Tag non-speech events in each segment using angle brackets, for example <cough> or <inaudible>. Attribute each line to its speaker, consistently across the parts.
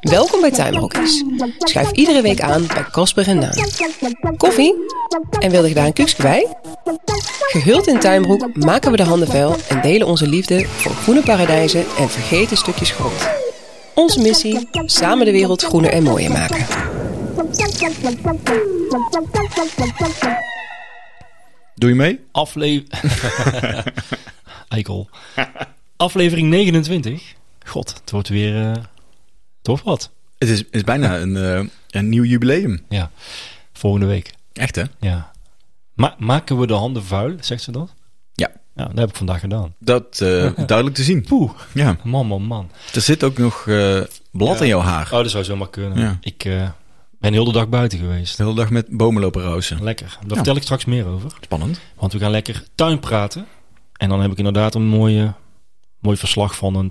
Speaker 1: Welkom bij Tuinbroekjes. Schuif iedere week aan bij Kasper en Naam. Koffie? En wilde je daar een kuksje bij? Gehuld in tuinbroek maken we de handen vuil en delen onze liefde voor groene paradijzen en vergeten stukjes grond. Onze missie: samen de wereld groener en mooier maken.
Speaker 2: Doe je mee?
Speaker 3: Aflevering. Eikel. Aflevering 29. God, het wordt weer. eh, het wordt wat.
Speaker 2: Het is, is bijna een, eh, een nieuw jubileum.
Speaker 3: Ja. Volgende week.
Speaker 2: Echt hè?
Speaker 3: Ja. Ma- maken we de handen vuil, zegt ze dat?
Speaker 2: Ja.
Speaker 3: Ja, dat heb ik vandaag gedaan.
Speaker 2: Dat <laughs> eh, duidelijk te zien.
Speaker 3: Poeh.
Speaker 2: Ja.
Speaker 3: Man, man, man.
Speaker 2: Er zit ook nog eh, blad in jouw haar.
Speaker 3: Oh, dat zou zomaar kunnen.
Speaker 2: Ja.
Speaker 3: Ik eh, ben heel de dag buiten geweest.
Speaker 2: De hele dag met bomen lopen rozen.
Speaker 3: Lekker. Daar vertel ik straks meer over.
Speaker 2: Spannend.
Speaker 3: Want we gaan lekker tuin praten. En dan heb ik inderdaad een mooie, mooi verslag van een,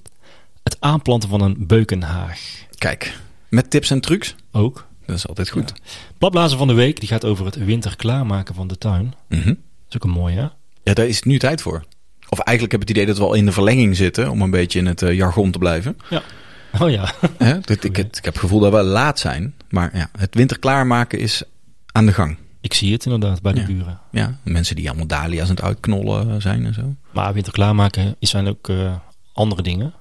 Speaker 3: het aanplanten van een beukenhaag.
Speaker 2: Kijk, met tips en trucs.
Speaker 3: Ook.
Speaker 2: Dat is altijd goed.
Speaker 3: Bladblazen van de week, die gaat over het winter klaarmaken van de tuin.
Speaker 2: Ja.
Speaker 3: Dat is ook een mooie, hè?
Speaker 2: Mhm. ja, daar is het nu tijd voor. Of eigenlijk heb ik het idee dat we al in de verlenging zitten, om een beetje in het eh, jargon te blijven.
Speaker 3: <laughs> Oh ja.
Speaker 2: Hè? Dat ik, het, ik heb het gevoel dat we laat zijn, maar ja, het winter klaarmaken is aan de gang.
Speaker 3: Ik zie het inderdaad bij de
Speaker 2: Ja.
Speaker 3: buren.
Speaker 2: Ja, mensen die allemaal dahlia's aan het uitknollen zijn en zo.
Speaker 3: Maar winter klaarmaken is- zijn ook eh, andere dingen.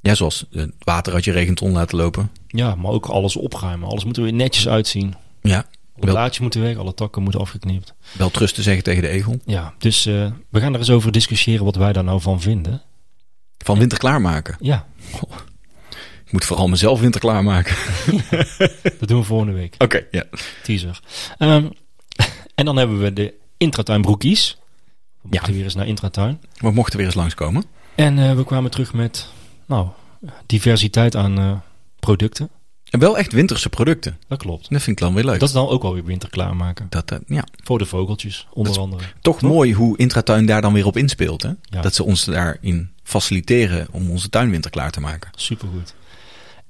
Speaker 2: Ja, zoals eh, het water uit je regenton laten lopen.
Speaker 3: Ja, maar ook alles opruimen. Alles moet er weer netjes uitzien.
Speaker 2: Ja,
Speaker 3: Alle blaadjes moeten weg, alle takken moeten afgeknipt.
Speaker 2: wel trust te zeggen tegen de egel.
Speaker 3: Ja, dus eh, we gaan er eens over discussiëren wat wij daar nou van vinden.
Speaker 2: Van winter klaarmaken.
Speaker 3: Ja,
Speaker 2: Ik moet vooral mezelf winter <laughs> klaarmaken. Oké,
Speaker 3: dat doen we volgende week.
Speaker 2: ja.
Speaker 3: Teaser. Ehm, <laughs> en dan hebben we de intratuin broekies. We moeten weer eens naar intratuin.
Speaker 2: We mochten weer eens langskomen.
Speaker 3: En eh, we kwamen terug met nou, diversiteit aan eh, producten.
Speaker 2: En wel echt winterse producten.
Speaker 3: Dat klopt.
Speaker 2: Dat vind ik dan weer leuk.
Speaker 3: Dat is dan ook wel weer winter klaarmaken.
Speaker 2: Dat, eh, ja.
Speaker 3: Voor de vogeltjes, onder
Speaker 2: Dat
Speaker 3: andere.
Speaker 2: Toch mooi hoe Intratuin daar dan weer op inspeelt. Hè?
Speaker 3: Ja.
Speaker 2: Dat ze ons daarin faciliteren om onze tuin winter klaar te maken.
Speaker 3: Supergoed.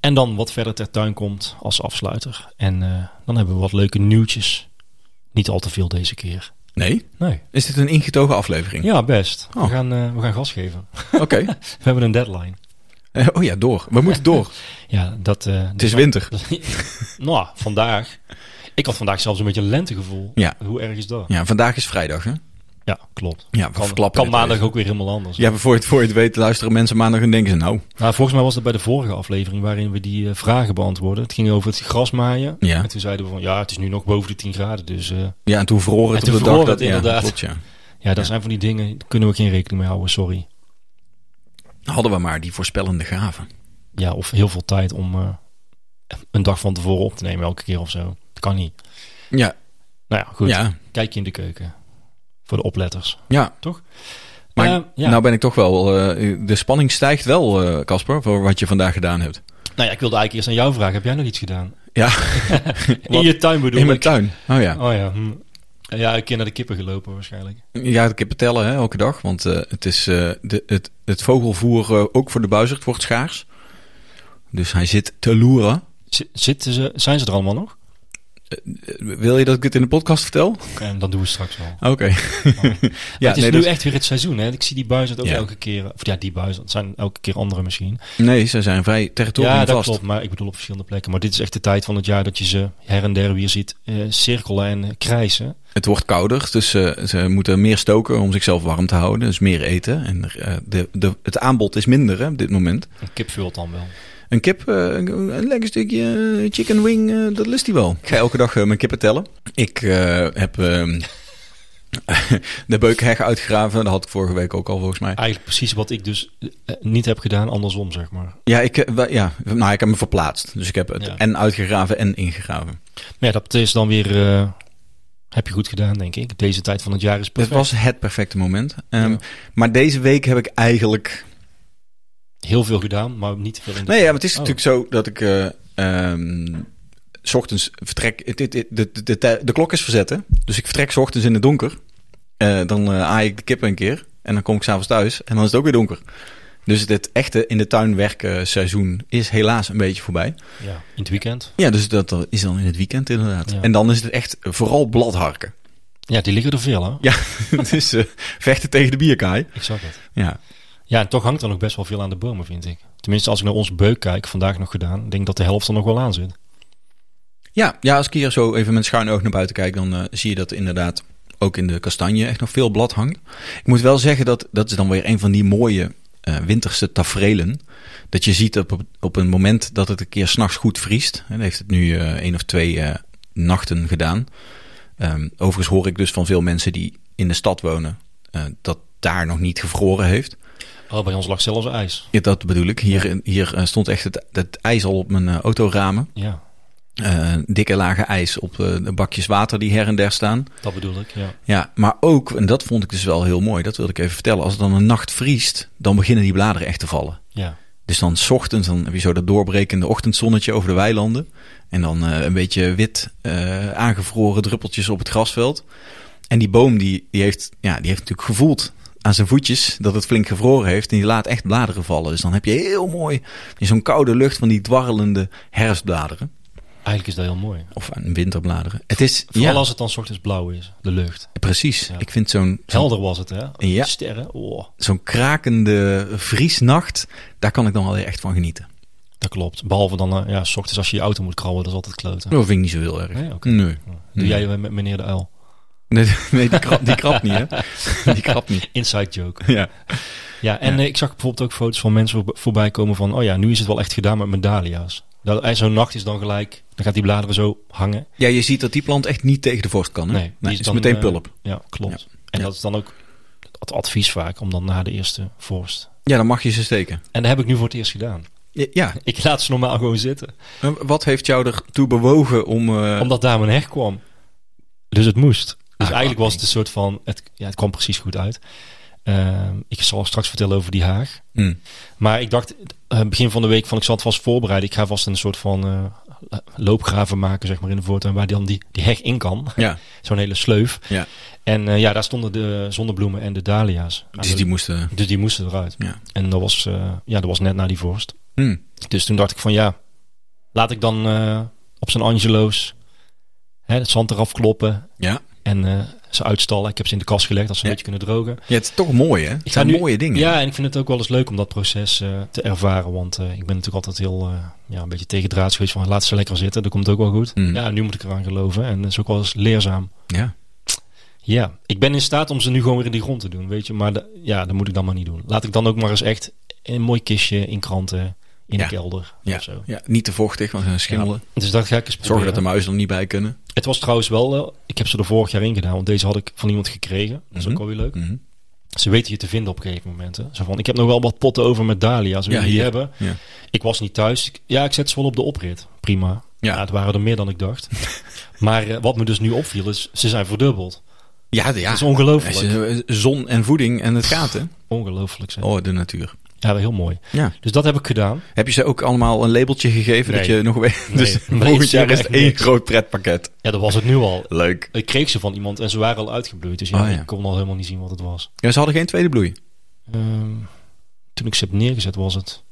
Speaker 3: En dan wat verder ter tuin komt als afsluiter. En eh, dan hebben we wat leuke nieuwtjes. Niet al te veel deze keer.
Speaker 2: Nee?
Speaker 3: Nee.
Speaker 2: Is dit een ingetogen aflevering?
Speaker 3: Ja, best.
Speaker 2: Oh.
Speaker 3: We, gaan, eh, we gaan gas geven.
Speaker 2: Oké. <laughs>
Speaker 3: We hebben een deadline.
Speaker 2: Eh, oh ja, door. We moeten door. <laughs>
Speaker 3: Ja, dat... eh,
Speaker 2: Het is winter.
Speaker 3: <laughs> nou, vandaag. Ik had vandaag zelfs een beetje een lentegevoel.
Speaker 2: Ja.
Speaker 3: Hoe erg is dat?
Speaker 2: Ja, vandaag is vrijdag. Hè?
Speaker 3: Ja, klopt.
Speaker 2: Ja, we
Speaker 3: Kan,
Speaker 2: verklappen
Speaker 3: kan
Speaker 2: dit
Speaker 3: maandag
Speaker 2: even.
Speaker 3: ook weer helemaal anders.
Speaker 2: Ja, voor je, het, voor je het weet luisteren mensen maandag en denken ze nou.
Speaker 3: Nou, volgens mij was dat bij de vorige aflevering waarin we die eh, vragen beantwoorden. Het ging over het grasmaaien.
Speaker 2: Ja.
Speaker 3: En toen zeiden we van ja, het is nu nog boven de 10 graden. Dus eh,
Speaker 2: Ja, en toen verroren het op
Speaker 3: En toen
Speaker 2: de dag.
Speaker 3: verroor het
Speaker 2: ja,
Speaker 3: inderdaad.
Speaker 2: klopt, ja.
Speaker 3: ja, dat zijn van die dingen, daar kunnen we geen rekening mee houden, sorry.
Speaker 2: Hadden we maar die voorspellende gaven.
Speaker 3: Ja, of heel veel tijd om eh, een dag van tevoren op te nemen elke keer of zo. Dat kan niet.
Speaker 2: Ja,
Speaker 3: Nou ja, goed.
Speaker 2: ja,
Speaker 3: Kijk je in de keuken. Voor de opletters.
Speaker 2: ja.
Speaker 3: Toch?
Speaker 2: Maar
Speaker 3: Eh, ja.
Speaker 2: nou ben ik toch wel... eh, de spanning stijgt wel, eh, Casper, voor wat je vandaag gedaan hebt.
Speaker 3: Nou ja, ik wilde eigenlijk eerst aan jou vragen. Heb jij nog iets gedaan?
Speaker 2: Ja,
Speaker 3: <laughs> In je tuin bedoel
Speaker 2: in mijn
Speaker 3: ik.
Speaker 2: tuin. Oh ja.
Speaker 3: Oh ja. hm. Ja, ik keer naar de kippen gelopen waarschijnlijk.
Speaker 2: Ja, ik heb het tellen hè, elke dag. Want eh, het, is, eh, de, het, het vogelvoer, eh, ook voor de buizerd, wordt schaars. Dus hij zit te loeren.
Speaker 3: Z- zitten ze, zijn ze er allemaal nog?
Speaker 2: Eh, Wil je dat ik het in de podcast vertel?
Speaker 3: En dan doen we het straks wel.
Speaker 2: Oké. <laughs> ja,
Speaker 3: Ja, Oh. het is
Speaker 2: nee,
Speaker 3: nu
Speaker 2: dat-
Speaker 3: echt weer het seizoen. Hè? Ik zie die buizen ook
Speaker 2: Ja.
Speaker 3: elke keer. Of ja, die buizen. Het zijn elke keer andere misschien.
Speaker 2: nee, ze zijn vrij territorium
Speaker 3: ja, dat
Speaker 2: vast.
Speaker 3: klopt. Maar ik bedoel op verschillende plekken. Maar dit is echt de tijd van het jaar dat je ze her en der weer ziet eh, cirkelen en eh, krijsen.
Speaker 2: Het wordt kouder, dus eh, ze moeten meer stoken om zichzelf warm te houden. Dus meer eten. En eh, de, de, het aanbod is minder hè, op dit moment.
Speaker 3: Een kip vult dan wel.
Speaker 2: Een kip, eh, een een lekker stukje eh, chicken wing, eh, dat lust hij wel. Ik ga elke dag eh, mijn kippen tellen. Ik eh, heb ehm, <laughs> de beukenheg uitgegraven. Dat had ik vorige week ook al volgens mij.
Speaker 3: Eigenlijk precies wat ik dus eh, niet heb gedaan. Andersom, zeg maar.
Speaker 2: Ja, ik, eh, wa- ja, nou, ik heb me verplaatst. Dus ik heb het
Speaker 3: Ja.
Speaker 2: en uitgegraven en ingegraven.
Speaker 3: Maar ja, dat is dan weer... eh, heb je goed gedaan, denk ik. Deze tijd van het jaar is
Speaker 2: Dat
Speaker 3: perfect.
Speaker 2: was het perfecte moment. Ehm,
Speaker 3: Ja.
Speaker 2: Maar deze week heb ik eigenlijk...
Speaker 3: Heel veel gedaan, maar niet te veel in de...
Speaker 2: Nee, ja, maar het is
Speaker 3: Oh.
Speaker 2: natuurlijk zo dat ik... eh ehm, 's ochtends vertrek... het- het- het- De, de, de, de, klok is verzet, hè? Dus ik vertrek 's ochtends in het donker. Eh, dan eh aai ik de kippen een keer. En dan kom ik s'avonds thuis. En dan is het ook weer donker. Dus het echte in de tuin werken seizoen is helaas een beetje voorbij.
Speaker 3: Ja, in het weekend.
Speaker 2: Ja, dus dat is dan in het weekend inderdaad.
Speaker 3: Ja.
Speaker 2: En dan is het echt vooral bladharken.
Speaker 3: Ja, die liggen er veel, hè?
Speaker 2: Ja, <laughs> dus eh, vechten tegen de bierkaai.
Speaker 3: Ik zag het.
Speaker 2: Ja,
Speaker 3: Ja, en toch hangt er nog best wel veel aan de bomen, vind ik. Tenminste, als ik naar ons beuk kijk, vandaag nog gedaan, denk ik dat de helft er nog wel aan zit.
Speaker 2: ja, ja als ik hier zo even met schuin oog naar buiten kijk, dan eh, zie je dat inderdaad ook in de kastanje echt nog veel blad hangt. Ik moet wel zeggen dat dat is dan weer een van die mooie eh, winterse tafereelen. Dat je ziet op, op een moment dat het een keer s'nachts goed vriest. En heeft het nu eh, één of twee eh, nachten gedaan. Ehm, overigens hoor ik dus van veel mensen die in de stad wonen eh, dat daar nog niet gevroren heeft.
Speaker 3: Oh, bij ons lag zelfs ijs.
Speaker 2: Ja, dat bedoel ik. Hier, hier eh, stond echt het, het ijs al op mijn eh, autoramen.
Speaker 3: Ja,
Speaker 2: Eh, dikke lagen ijs op eh, de bakjes water die her en der staan.
Speaker 3: dat bedoel ik, ja.
Speaker 2: Ja, maar ook, en dat vond ik dus wel heel mooi, dat wilde ik even vertellen. Als het dan een nacht vriest, dan beginnen die bladeren echt te vallen.
Speaker 3: Ja,
Speaker 2: Dus dan 's ochtends, dan heb je zo dat doorbrekende ochtendzonnetje over de weilanden. En dan eh, een beetje wit eh, aangevroren druppeltjes op het grasveld. En die boom die, die, heeft, ja, die heeft natuurlijk gevoeld aan zijn voetjes dat het flink gevroren heeft. En die laat echt bladeren vallen. Dus dan heb je heel mooi in zo'n koude lucht van die dwarrelende herfstbladeren.
Speaker 3: eigenlijk is dat heel mooi.
Speaker 2: Of aan winterbladeren. Het is,
Speaker 3: Vooral
Speaker 2: ja,
Speaker 3: als het dan 's ochtends blauw is, de lucht.
Speaker 2: precies.
Speaker 3: Ja.
Speaker 2: Ik vind zo'n zo'n-
Speaker 3: Helder was het, hè?
Speaker 2: Ja.
Speaker 3: Sterren, oh,
Speaker 2: zo'n krakende vriesnacht, daar kan ik dan wel echt van genieten.
Speaker 3: dat klopt. Behalve dan, eh, ja, 's ochtends als je je auto moet krabben, dat is altijd kloten.
Speaker 2: Dat vind ik niet zo heel erg.
Speaker 3: Nee, oké.
Speaker 2: Nee.
Speaker 3: Doe jij eh, met meneer de uil?
Speaker 2: Nee, nee, die, krap, die krapt niet, hè? <laughs> Die krapt niet.
Speaker 3: Inside joke.
Speaker 2: Ja.
Speaker 3: Ja, en eh, ik zag bijvoorbeeld ook foto's van mensen voor- voorbij komen van... oh ja, nu is het wel echt gedaan met mijn dahlia's. Dat- en Zo'n nacht is dan gelijk, dan gaat die bladeren zo hangen.
Speaker 2: ja, je ziet dat die plant echt niet tegen de vorst kan. Hè?
Speaker 3: Nee, die
Speaker 2: het is,
Speaker 3: dan,
Speaker 2: meteen
Speaker 3: eh,
Speaker 2: pulp.
Speaker 3: ja, klopt. En
Speaker 2: Ja.
Speaker 3: dat is dan ook het advies vaak, om dan na de eerste vorst.
Speaker 2: Ja, dan mag je ze steken.
Speaker 3: En dat heb ik nu voor het eerst gedaan. <laughs>
Speaker 2: Ja, Ja,
Speaker 3: Ik laat ze normaal gewoon zitten.
Speaker 2: En wat heeft jou ertoe bewogen om... eh,
Speaker 3: Omdat daar mijn heg kwam. Dus het moest. Dus
Speaker 2: Ah,
Speaker 3: eigenlijk
Speaker 2: oké.
Speaker 3: was het een soort van... Het, ja, het kwam precies goed uit. Ehm, ik zal straks vertellen over die haag.
Speaker 2: Hmm.
Speaker 3: Maar ik dacht eh, begin van de week van ik zal het vast voorbereiden. Ik ga vast een soort van eh, loopgraven maken zeg maar in de voortuin waar dan die, die heg in kan. <laughs>
Speaker 2: Ja,
Speaker 3: Zo'n hele sleuf.
Speaker 2: ja.
Speaker 3: En eh, ja, daar stonden de zonnebloemen en de dahlia's. aan
Speaker 2: Dus
Speaker 3: de-
Speaker 2: die moesten...
Speaker 3: dus die moesten eruit.
Speaker 2: Ja.
Speaker 3: En dat was, eh, ja, dat was net na die vorst.
Speaker 2: Hmm.
Speaker 3: Dus toen dacht ik van ja, laat ik dan eh, op zijn Angelo's hè, het zand eraf kloppen
Speaker 2: Ja.
Speaker 3: en eh, ze uitstallen. Ik heb ze in de kast gelegd dat ze een
Speaker 2: Ja.
Speaker 3: beetje kunnen drogen.
Speaker 2: ja, het is toch mooi, hè? Het
Speaker 3: ga
Speaker 2: zijn
Speaker 3: nu-
Speaker 2: mooie dingen.
Speaker 3: Ja, en ik vind het ook wel eens leuk om dat proces eh, te ervaren. Want eh, ik ben natuurlijk altijd heel eh, ja, een beetje tegendraads geweest van laat ze lekker zitten. Dat komt ook wel goed.
Speaker 2: Mm.
Speaker 3: Ja, nu moet ik eraan geloven. En dat is ook wel eens leerzaam.
Speaker 2: Ja.
Speaker 3: Ja, ik ben in staat om ze nu gewoon weer in die grond te doen, weet je. Maar da- ja, dat moet ik dan maar niet doen. Laat ik dan ook maar eens echt in een mooi kistje, in kranten, in
Speaker 2: Ja.
Speaker 3: de kelder
Speaker 2: Ja.
Speaker 3: of zo.
Speaker 2: Ja, niet te vochtig, want ze zijn schimmelen.
Speaker 3: Dus dat ga ik eens proberen.
Speaker 2: Zorgen dat de muizen er niet bij kunnen.
Speaker 3: Het was trouwens wel, eh, ik heb ze er vorig jaar in gedaan, want deze had ik van iemand gekregen. Dat is ook
Speaker 2: Mhm.
Speaker 3: wel weer leuk.
Speaker 2: Mhm.
Speaker 3: Ze weten je te vinden op een gegeven moment. Hè. Zo van, ik heb nog wel wat potten over met dahlia's, wil je
Speaker 2: Ja,
Speaker 3: die
Speaker 2: hier.
Speaker 3: hebben?
Speaker 2: Ja.
Speaker 3: Ik was niet thuis. Ik- Ja, ik zet ze wel op de oprit. Prima. Ja.
Speaker 2: Ja.
Speaker 3: het waren er meer dan ik
Speaker 2: <laughs>
Speaker 3: dacht. maar eh, wat me dus nu opviel is, ze zijn verdubbeld.
Speaker 2: Ja, ja.
Speaker 3: Dat is ongelooflijk.
Speaker 2: Als je- eh, Zon en voeding en het gaat, hè?
Speaker 3: Ongelooflijk zeg.
Speaker 2: Oh, de natuur.
Speaker 3: Ja, dat is heel mooi.
Speaker 2: Ja.
Speaker 3: Dus dat heb ik gedaan.
Speaker 2: Heb je ze ook allemaal een labeltje gegeven?
Speaker 3: Nee.
Speaker 2: Dat je nog weet.
Speaker 3: Nee.
Speaker 2: Dus
Speaker 3: Nee,
Speaker 2: <laughs> volgend
Speaker 3: ze
Speaker 2: jaar is
Speaker 3: hebben
Speaker 2: het
Speaker 3: echt
Speaker 2: één
Speaker 3: niks.
Speaker 2: groot pretpakket.
Speaker 3: Ja, dat was het nu al.
Speaker 2: Leuk.
Speaker 3: Ik kreeg ze van iemand en ze waren al uitgebloeid. Dus ja,
Speaker 2: Oh, ja.
Speaker 3: ik kon al helemaal niet zien wat het was.
Speaker 2: Ja, ze hadden geen tweede bloei.
Speaker 3: Ehm, toen ik ze heb neergezet was het...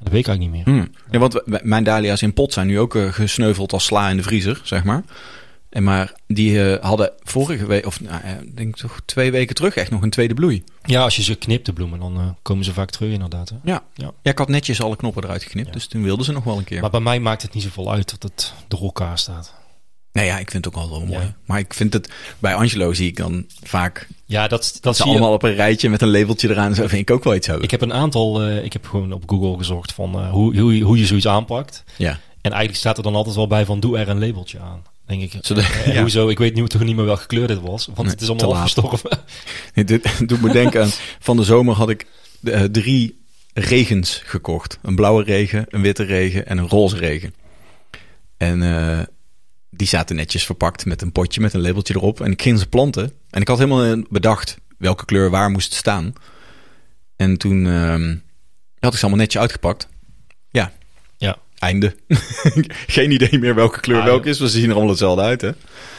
Speaker 3: Dat weet ik eigenlijk niet meer.
Speaker 2: Hmm. Ja, want w- mijn dahlia's in pot zijn nu ook eh, gesneuveld als sla in de vriezer, zeg maar. En maar die eh, hadden vorige week, of nou, eh, ik denk toch twee weken terug, echt nog een tweede bloei.
Speaker 3: Ja, als je ze knipt, de bloemen, dan eh, komen ze vaak terug inderdaad. Hè?
Speaker 2: Ja.
Speaker 3: Ja.
Speaker 2: ja. ik had netjes alle knoppen eruit geknipt, dus toen wilden ze nog wel een keer.
Speaker 3: Maar bij mij maakt het niet zoveel uit dat het door elkaar staat.
Speaker 2: nou ja, ik vind het ook wel wel mooi.
Speaker 3: Ja.
Speaker 2: Maar ik vind het, bij Angelo zie ik dan vaak
Speaker 3: Ja, dat, dat
Speaker 2: ze
Speaker 3: zie je
Speaker 2: allemaal op een rijtje met een labeltje eraan. Zo vind ik ook wel iets hebben.
Speaker 3: Ik heb een aantal, eh, ik heb gewoon op Google gezocht van eh, hoe, hoe, je- hoe je zoiets aanpakt.
Speaker 2: Ja.
Speaker 3: En eigenlijk staat er dan altijd wel bij van doe er een labeltje aan. Denk ik.
Speaker 2: Zodat- <laughs>
Speaker 3: Eh,
Speaker 2: ja.
Speaker 3: Hoezo? Ik weet nu toch niet meer welke kleur dit was. Want
Speaker 2: Nee,
Speaker 3: het is
Speaker 2: te
Speaker 3: allemaal
Speaker 2: laat.
Speaker 3: afgestorven.
Speaker 2: Dit- Dit <laughs> doet me denken aan, van de zomer had ik eh, drie regens gekocht. Een blauwe regen, een witte regen en een roze regen. En eh, die zaten netjes verpakt met een potje met een labeltje erop. En ik ging ze planten. En ik had helemaal eh, bedacht welke kleur waar moest staan. En toen ehm, had ik ze allemaal netjes uitgepakt. Ja,
Speaker 3: ja.
Speaker 2: einde. <laughs> Geen idee meer welke kleur
Speaker 3: Ah,
Speaker 2: welke
Speaker 3: ja.
Speaker 2: is, want ze zien er allemaal hetzelfde uit, hè?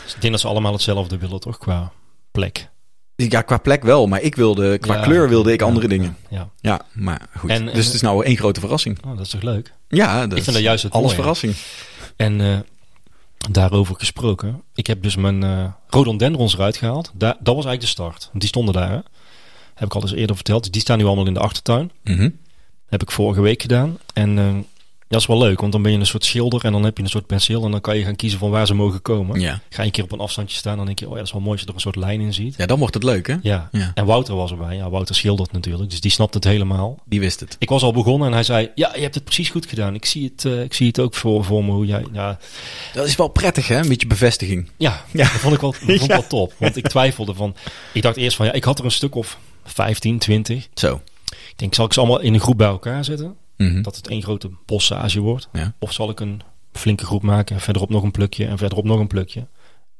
Speaker 3: Dus ik denk dat ze allemaal hetzelfde willen toch qua plek.
Speaker 2: Ja, qua plek wel, maar ik wilde, qua
Speaker 3: Ja.
Speaker 2: kleur wilde ik andere
Speaker 3: Ja,
Speaker 2: dingen.
Speaker 3: Ja,
Speaker 2: Ja, maar goed.
Speaker 3: En- en-
Speaker 2: dus het is nou één grote verrassing.
Speaker 3: Oh, dat is toch leuk.
Speaker 2: Ja, dat
Speaker 3: vind dat juist het
Speaker 2: alles
Speaker 3: mooie.
Speaker 2: verrassing.
Speaker 3: En eh, Daarover gesproken. Ik heb dus mijn eh, rhododendrons eruit gehaald. Da- dat was eigenlijk de start. Want die stonden daar. hè. Heb ik al eens eerder verteld. Dus die staan nu allemaal in de achtertuin.
Speaker 2: Mhm.
Speaker 3: Heb ik vorige week gedaan. En eh, dat is wel leuk. Want dan ben je een soort schilder. En dan heb je een soort penseel. En dan kan je gaan kiezen van waar ze mogen komen.
Speaker 2: ja.
Speaker 3: Ga een keer op een afstandje staan. Dan denk je, oh ja, dat is wel mooi als je er een soort lijn in ziet.
Speaker 2: ja, dan wordt het leuk, hè?
Speaker 3: Ja.
Speaker 2: Ja.
Speaker 3: En Wouter was erbij. Ja, Wouter schildert natuurlijk. Dus die snapt het helemaal.
Speaker 2: Die wist het.
Speaker 3: Ik was al begonnen en hij zei, ja, je hebt het precies goed gedaan. Ik zie het, eh, ik zie het ook voor, voor me hoe jij... Ja,
Speaker 2: Dat is wel prettig, hè? Een beetje bevestiging.
Speaker 3: Ja,
Speaker 2: <laughs> Ja.
Speaker 3: dat vond ik wel, dat vond ik wel top. Want ik twijfelde van... Ik dacht eerst van, ja, ik had er een stuk of 15, 20.
Speaker 2: Zo.
Speaker 3: Ik denk, zal ik ze allemaal in een groep bij elkaar zetten?
Speaker 2: Mhm.
Speaker 3: Dat het één grote bossage wordt.
Speaker 2: Ja.
Speaker 3: Of zal ik een flinke groep maken en verderop nog een plukje en verderop nog een plukje?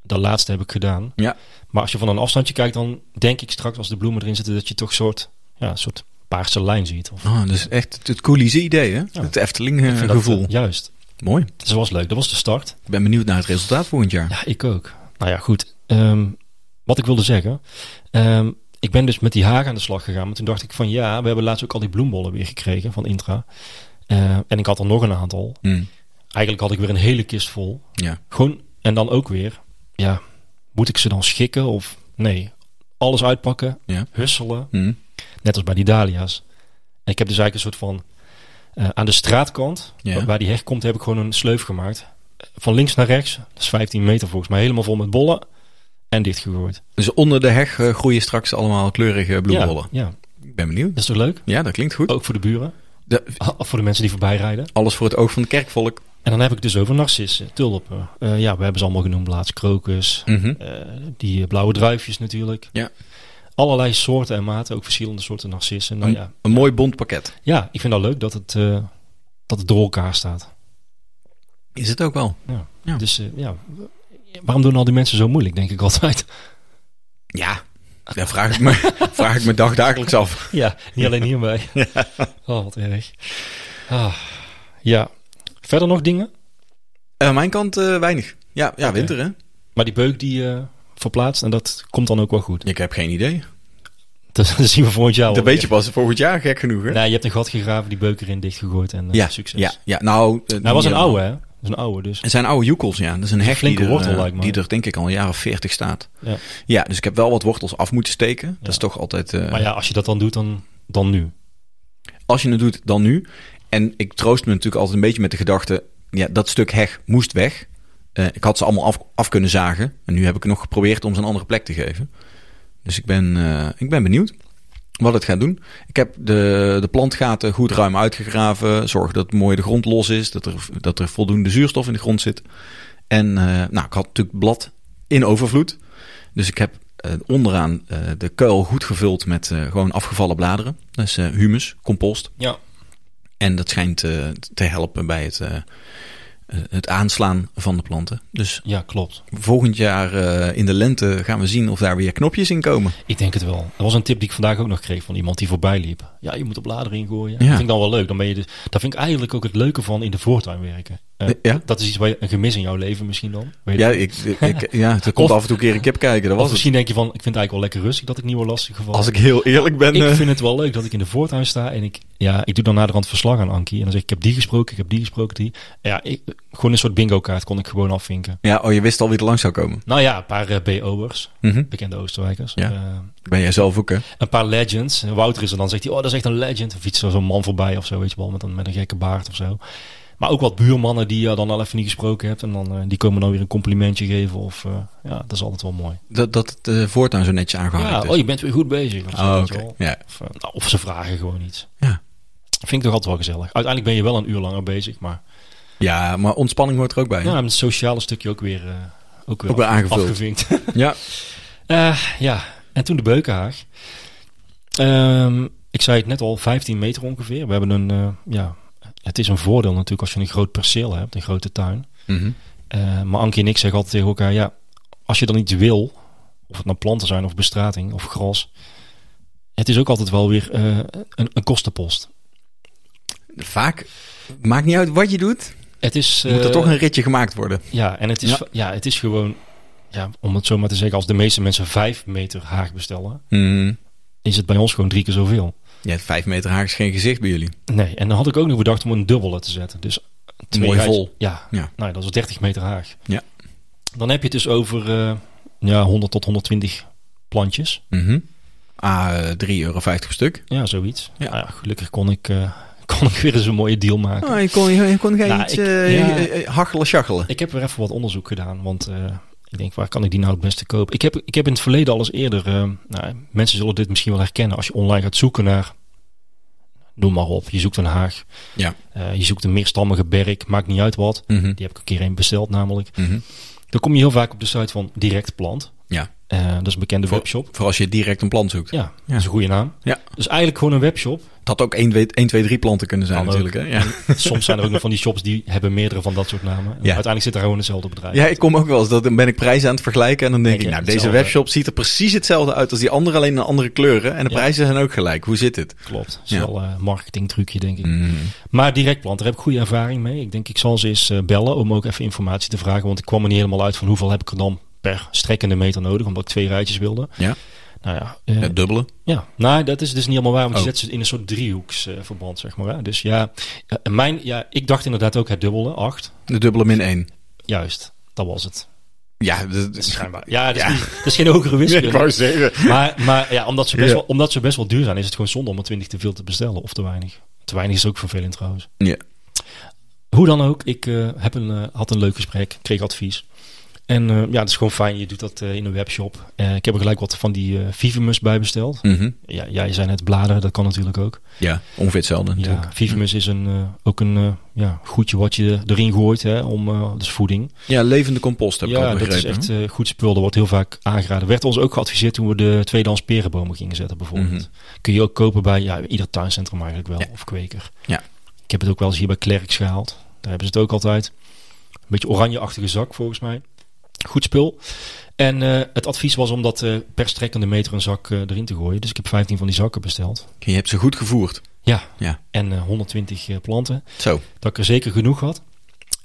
Speaker 3: Dat laatste heb ik gedaan.
Speaker 2: Ja.
Speaker 3: Maar als je van een afstandje kijkt, dan denk ik straks als de bloemen erin zitten... dat je toch een soort, ja, een soort paarse lijn ziet. Of,
Speaker 2: Ah, dus echt het coulissen idee, hè? Het
Speaker 3: Ik vind
Speaker 2: Efteling
Speaker 3: dat,
Speaker 2: gevoel.
Speaker 3: eh, juist.
Speaker 2: Mooi.
Speaker 3: Dus dat was leuk. Dat was de start.
Speaker 2: Ik ben benieuwd naar het resultaat volgend jaar.
Speaker 3: Ja, ik ook. Nou ja, goed. Ehm, wat ik wilde zeggen. ehm, ik ben dus met die haag aan de slag gegaan. Maar toen dacht ik van ja, we hebben laatst ook al die bloembollen weer gekregen van Intra. Eh, en ik had er nog een aantal.
Speaker 2: Hm.
Speaker 3: Eigenlijk had ik weer een hele kist vol.
Speaker 2: Ja.
Speaker 3: Gewoon, en dan ook weer. Ja, moet ik ze dan schikken of nee? Alles uitpakken,
Speaker 2: Ja.
Speaker 3: husselen.
Speaker 2: Hm.
Speaker 3: Net als bij die dahlia's. En ik heb dus eigenlijk een soort van... eh, aan de straatkant,
Speaker 2: Ja.
Speaker 3: waar- waar die heg komt, heb ik gewoon een sleuf gemaakt. Van links naar rechts, dat is 15 meter volgens mij, helemaal vol met bollen. En dichtgegooid.
Speaker 2: Dus onder de heg eh, groeien straks allemaal kleurige bloembollen.
Speaker 3: Ja, ja,
Speaker 2: Ik ben benieuwd.
Speaker 3: dat is toch leuk?
Speaker 2: Ja, dat klinkt goed.
Speaker 3: Ook voor de buren, ah,
Speaker 2: De-
Speaker 3: of voor de mensen die voorbij rijden.
Speaker 2: alles voor het oog van het kerkvolk.
Speaker 3: En dan heb ik het dus over narcissen, tulpen. Eh, ja, we hebben ze allemaal genoemd laatst. Krokus,
Speaker 2: Mhm.
Speaker 3: eh, die eh, blauwe druifjes natuurlijk.
Speaker 2: Ja.
Speaker 3: Allerlei soorten en maten, ook verschillende soorten narcissen. Nou
Speaker 2: een,
Speaker 3: ja,
Speaker 2: een mooi bond pakket.
Speaker 3: ja, ik vind dat leuk dat het, eh, dat het door elkaar staat.
Speaker 2: Is het ook wel? Ja.
Speaker 3: Dus eh, ja, waarom doen al die mensen zo moeilijk, denk ik altijd.
Speaker 2: Ja. Daar vraag ik me, <laughs> vraag ik me dagdagelijks af.
Speaker 3: <laughs> Ja, niet alleen <laughs> hierbij. Oh, wat erg. Ah, ja, verder nog dingen.
Speaker 2: Aan mijn kant eh, weinig. Ja, ja winter hè?
Speaker 3: Maar die beuk die eh, verplaatst en dat komt dan ook wel goed.
Speaker 2: Ik heb geen idee. Oh,
Speaker 3: Dat <laughs> zien we volgend jaar
Speaker 2: Dat
Speaker 3: wel
Speaker 2: weet je
Speaker 3: weer.
Speaker 2: pas volgend jaar, gek genoeg hè?
Speaker 3: Nee, je hebt een gat gegraven, die beuk erin dichtgegooid en eh,
Speaker 2: ja,
Speaker 3: succes.
Speaker 2: ja, ja, nou... eh,
Speaker 3: Nou, hij was
Speaker 2: die,
Speaker 3: een
Speaker 2: eh,
Speaker 3: oude hè? Dat is een oude dus.
Speaker 2: Het zijn oude joekels, ja. Dat is een heg
Speaker 3: flinke
Speaker 2: die, er,
Speaker 3: wortel,
Speaker 2: eh,
Speaker 3: lijkt me.
Speaker 2: die er denk ik al een jaar of veertig staat.
Speaker 3: Ja.
Speaker 2: Ja, dus ik heb wel wat wortels af moeten steken. Dat is toch altijd... eh,
Speaker 3: Maar ja, als je dat dan doet, dan, dan nu.
Speaker 2: als je het doet, dan nu. En ik troost me natuurlijk altijd een beetje met de gedachte... Ja, dat stuk heg moest weg. Eh, ik had ze allemaal af, af kunnen zagen. En nu heb ik nog geprobeerd om ze een andere plek te geven. Dus ik ben, eh, ik ben benieuwd wat het gaat doen. Ik heb de, de plantgaten goed ruim uitgegraven. Zorg dat mooi de grond los is. Dat er, dat er voldoende zuurstof in de grond zit. En eh, nou, ik had natuurlijk blad in overvloed. Dus ik heb eh, onderaan eh, de kuil goed gevuld met eh, gewoon afgevallen bladeren. Dat is eh, humus, compost.
Speaker 3: Ja.
Speaker 2: En dat schijnt eh, te helpen bij het, eh, eh, het aanslaan van de planten. Dus
Speaker 3: Ja, klopt.
Speaker 2: volgend jaar eh, in de lente gaan we zien of daar weer knopjes in komen.
Speaker 3: Ik denk het wel. Dat was een tip die ik vandaag ook nog kreeg van iemand die voorbij liep. Ja, je moet er bladeren in gooien. Dat vind ik dan wel leuk. Dan ben je dus, dat vind ik eigenlijk ook het leuke van in de voortuin werken. Eh,
Speaker 2: Ja?
Speaker 3: Dat is iets waar je, een gemis in jouw leven misschien dan. Weet
Speaker 2: Ja,
Speaker 3: ik.
Speaker 2: ik, ik, ja er komt
Speaker 3: Of-
Speaker 2: af en toe een keer een kip kijken. Dat
Speaker 3: Of
Speaker 2: was het.
Speaker 3: misschien denk je van, ik vind het eigenlijk wel lekker rustig dat ik niet word lastig gevallen.
Speaker 2: Als ik heel eerlijk ben.
Speaker 3: ik
Speaker 2: eh,
Speaker 3: vind het wel leuk dat ik in de voortuin sta en ik, ja, ik doe dan naderhand verslag aan Ankie. En dan zeg ik, ik heb die gesproken, ik heb die gesproken, die. Ja, ik, gewoon een soort bingo kaart kon ik gewoon afvinken.
Speaker 2: Ja, oh, je wist al wie er langs zou komen.
Speaker 3: Nou ja, een paar eh, BO'ers,
Speaker 2: Mhm.
Speaker 3: bekende Oostenrijkers.
Speaker 2: Ja.
Speaker 3: Eh,
Speaker 2: Ben jij zelf ook, hè?
Speaker 3: een paar legends. En Wouter is er dan, zegt hij, oh, dat is echt een legend. Of fietst er zo'n man voorbij of zo, weet je wel, met een, met een gekke baard of zo. Maar ook wat buurmannen die je dan al even niet gesproken hebt. En dan, eh, die komen dan weer een complimentje geven. Of, eh, ja, dat is altijd wel mooi.
Speaker 2: Dat, dat de voortuin zo netjes
Speaker 3: Ja,
Speaker 2: aangehaald is.
Speaker 3: oh, je bent weer goed bezig. Of, zo,
Speaker 2: Oh,
Speaker 3: weet
Speaker 2: Ah, dus- oké.
Speaker 3: je wel.
Speaker 2: Ja.
Speaker 3: Of, eh, nou, of ze vragen gewoon iets.
Speaker 2: Ja.
Speaker 3: Vind ik toch altijd wel gezellig. Uiteindelijk ben je wel een uur langer bezig. Maar
Speaker 2: ja, maar ontspanning hoort er ook bij. hè?
Speaker 3: ja, het sociale stukje ook weer, eh, ook weer,
Speaker 2: Ook weer
Speaker 3: af-
Speaker 2: aangevuld.
Speaker 3: afgevinkt.
Speaker 2: Ja.
Speaker 3: Eh, ja, en toen de Beukenhaag. Ehm, ik zei het net al, 15 meter ongeveer. We hebben een, eh, ja, het is een voordeel natuurlijk als je een groot perceel hebt, een grote tuin.
Speaker 2: Mhm.
Speaker 3: Eh, maar Ankie en ik zeggen altijd tegen elkaar, ja, als je dan iets wil, of het nou planten zijn of bestrating of gras, het is ook altijd wel weer eh, een, een kostenpost.
Speaker 2: Vaak, maakt niet uit wat je doet,
Speaker 3: Het is,
Speaker 2: moet er
Speaker 3: eh,
Speaker 2: toch een ritje gemaakt worden.
Speaker 3: Ja, en het is,
Speaker 2: Ja.
Speaker 3: ja. het is gewoon, ja, om het zo maar te zeggen, als de meeste mensen 5 meter haag bestellen,
Speaker 2: Mhm.
Speaker 3: is het bij ons gewoon drie keer zoveel.
Speaker 2: Ja, vijf meter haag is geen gezicht bij jullie.
Speaker 3: Nee, en dan had ik ook nog bedacht om een dubbele te zetten. Dus twee
Speaker 2: Mooi
Speaker 3: rijtjes-
Speaker 2: vol.
Speaker 3: Ja.
Speaker 2: Ja.
Speaker 3: Nou, ja, dat was 30 meter haag.
Speaker 2: Ja.
Speaker 3: Dan heb je het dus over eh, ja, 100 tot 120 plantjes.
Speaker 2: Mhm. Ah, 3,50 euro per stuk.
Speaker 3: Ja, zoiets.
Speaker 2: Ja.
Speaker 3: Ja. ja, gelukkig kon ik, eh, <laughs> kon ik weer eens een mooie deal maken.
Speaker 2: Ah, je kon, je kon geen
Speaker 3: Nou,
Speaker 2: iets
Speaker 3: ik-
Speaker 2: eh,
Speaker 3: ja.
Speaker 2: eh, eh, hachelen, schachelen.
Speaker 3: Ik heb weer even wat onderzoek gedaan, want eh, ik denk, waar kan ik die nou het beste kopen? Ik heb, ik heb in het verleden al eens eerder, eh, nou, mensen zullen dit misschien wel herkennen, als je online gaat zoeken naar, noem maar op, je zoekt een haag,
Speaker 2: Ja.
Speaker 3: eh, je zoekt een meerstammige berk, maakt niet uit wat.
Speaker 2: Mhm.
Speaker 3: Die heb ik een keer een besteld namelijk.
Speaker 2: Mhm.
Speaker 3: Dan kom je heel vaak op de site van Direct Plant.
Speaker 2: Ja.
Speaker 3: Eh, dat is een bekende
Speaker 2: Voor-
Speaker 3: webshop.
Speaker 2: Voor als je direct een plant zoekt.
Speaker 3: Ja, dat is een goede naam.
Speaker 2: Ja.
Speaker 3: Dus eigenlijk gewoon een webshop. <laughs>
Speaker 2: Het had ook 1, 2, 3 planten kunnen zijn
Speaker 3: Kan ook.
Speaker 2: natuurlijk. Hè? Ja.
Speaker 3: Soms zijn er ook nog van die shops die hebben meerdere van dat soort namen. En Uiteindelijk zit er gewoon hetzelfde bedrijf.
Speaker 2: ja, ik kom ook wel eens. dat- Dan ben ik prijzen aan het vergelijken. En dan denk
Speaker 3: Denk
Speaker 2: ik,
Speaker 3: je,
Speaker 2: nou, deze
Speaker 3: hetzelfde.
Speaker 2: webshop ziet er precies hetzelfde uit als die andere. Alleen een andere kleuren. En de
Speaker 3: Ja.
Speaker 2: prijzen zijn ook gelijk. Hoe zit het?
Speaker 3: Klopt. Dat is
Speaker 2: Ja.
Speaker 3: wel een marketing trucje, denk ik.
Speaker 2: Mhm.
Speaker 3: Maar Directplant, daar heb ik goede ervaring mee. Ik denk, ik zal ze eens eh, bellen om ook even informatie te vragen. Want ik kwam er niet helemaal uit van hoeveel heb ik er dan per strekkende meter nodig. Omdat ik twee rijtjes wilde.
Speaker 2: Ja.
Speaker 3: Nou ja, eh,
Speaker 2: Het dubbele.
Speaker 3: ja. Nou, dat is dus niet helemaal waar. Want
Speaker 2: Oh.
Speaker 3: je zet ze in een soort driehoeksverband, zeg maar. Hè? Dus ja, eh, mijn, ja, ik dacht inderdaad ook het dubbele, acht.
Speaker 2: De dubbele min 1.
Speaker 3: Juist, dat was het.
Speaker 2: Ja, dat is
Speaker 3: Schijnbaar.
Speaker 2: <laughs>
Speaker 3: Ja, dat is,
Speaker 2: Ja.
Speaker 3: niet- dat is geen
Speaker 2: <laughs>
Speaker 3: hogere wiskunde.
Speaker 2: zeggen.
Speaker 3: Maar, maar ja, omdat ze, best
Speaker 2: Ja.
Speaker 3: wel, omdat ze best wel duur zijn, is het gewoon zonde om er 20 te veel te bestellen of te weinig. Te weinig is ook vervelend trouwens.
Speaker 2: Ja.
Speaker 3: Hoe dan ook, ik eh, heb een, eh, had een leuk gesprek, kreeg advies. En eh, ja, het is gewoon fijn. Je doet dat eh, in een webshop. Eh, ik heb er gelijk wat van die eh Vivimus bij besteld.
Speaker 2: Mhm.
Speaker 3: Ja, jij zei net bladeren, dat kan natuurlijk ook.
Speaker 2: Ja, ongeveer hetzelfde natuurlijk.
Speaker 3: Ja, Vivimus is een, eh, ook een eh, ja, goedje wat je erin gooit, hè, om, eh, dus voeding.
Speaker 2: Ja, levende compost heb ik
Speaker 3: ja,
Speaker 2: al
Speaker 3: dat is
Speaker 2: begrepen.
Speaker 3: echt eh, goed spul. Dat wordt heel vaak aangeraden. Werd ons ook geadviseerd toen we de tweedehands perenbomen gingen zetten bijvoorbeeld. Kun je ook kopen bij ja, ieder tuincentrum eigenlijk wel.
Speaker 2: Mhm. Ja.
Speaker 3: Of kweker.
Speaker 2: Ja.
Speaker 3: Ik heb het ook wel eens hier bij Klerks gehaald. Daar hebben ze het ook altijd. Een beetje oranjeachtige zak volgens mij. Goed spul. En eh, het advies was om dat eh, per strekkende meter een zak eh, erin te gooien. Dus ik heb 15 van die zakken besteld.
Speaker 2: Je hebt ze goed gevoerd.
Speaker 3: Ja.
Speaker 2: Ja.
Speaker 3: En eh, 120 eh, planten
Speaker 2: Zo.
Speaker 3: dat ik er zeker genoeg had.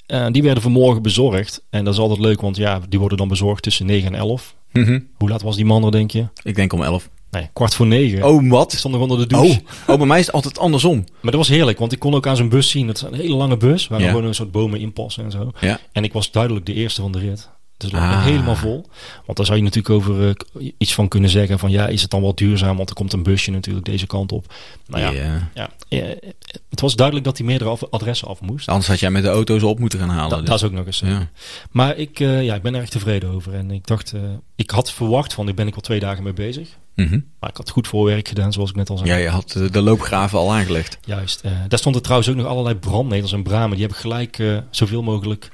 Speaker 3: Eh, die werden vanmorgen bezorgd. En dat is altijd leuk, want ja, die worden dan bezorgd tussen 9 en 11.
Speaker 2: Mhm.
Speaker 3: Hoe laat was die man er, denk je?
Speaker 2: Ik denk om 11.
Speaker 3: Nee, kwart voor 9.
Speaker 2: Oh,
Speaker 3: Ik
Speaker 2: wat?
Speaker 3: stond nog onder de
Speaker 2: Oh.
Speaker 3: douche.
Speaker 2: oh, bij mij is het altijd andersom.
Speaker 3: Maar dat was heerlijk, want ik kon ook aan zijn bus zien. Dat is een hele lange bus, waar
Speaker 2: Ja.
Speaker 3: gewoon een soort bomen in passen en zo.
Speaker 2: Ja.
Speaker 3: En ik was duidelijk de eerste van de rit. Dus het lag
Speaker 2: Ah.
Speaker 3: helemaal vol. Want daar zou je natuurlijk over eh, k- iets van kunnen zeggen. Van ja, is het dan wel duurzaam? Want er komt een busje natuurlijk deze kant op. Nou ja,
Speaker 2: Ja.
Speaker 3: ja, eh, het was duidelijk dat hij meerdere af- adressen af moest.
Speaker 2: Anders had jij met de auto's op moeten gaan halen.
Speaker 3: Da-
Speaker 2: dus.
Speaker 3: dat is ook nog eens. eh,
Speaker 2: Ah, ja.
Speaker 3: Maar ik, eh, ja, ik ben er echt tevreden over. En ik dacht, eh, ik had verwacht van, daar ben ik al twee dagen mee bezig.
Speaker 2: Mhm.
Speaker 3: Maar ik had goed voorwerk gedaan, zoals ik net al zei.
Speaker 2: ja, je had eh, de loopgraven al aangelegd.
Speaker 3: Juist. eh, daar stonden trouwens ook nog allerlei brandnetels en bramen. Die heb ik gelijk eh, zoveel mogelijk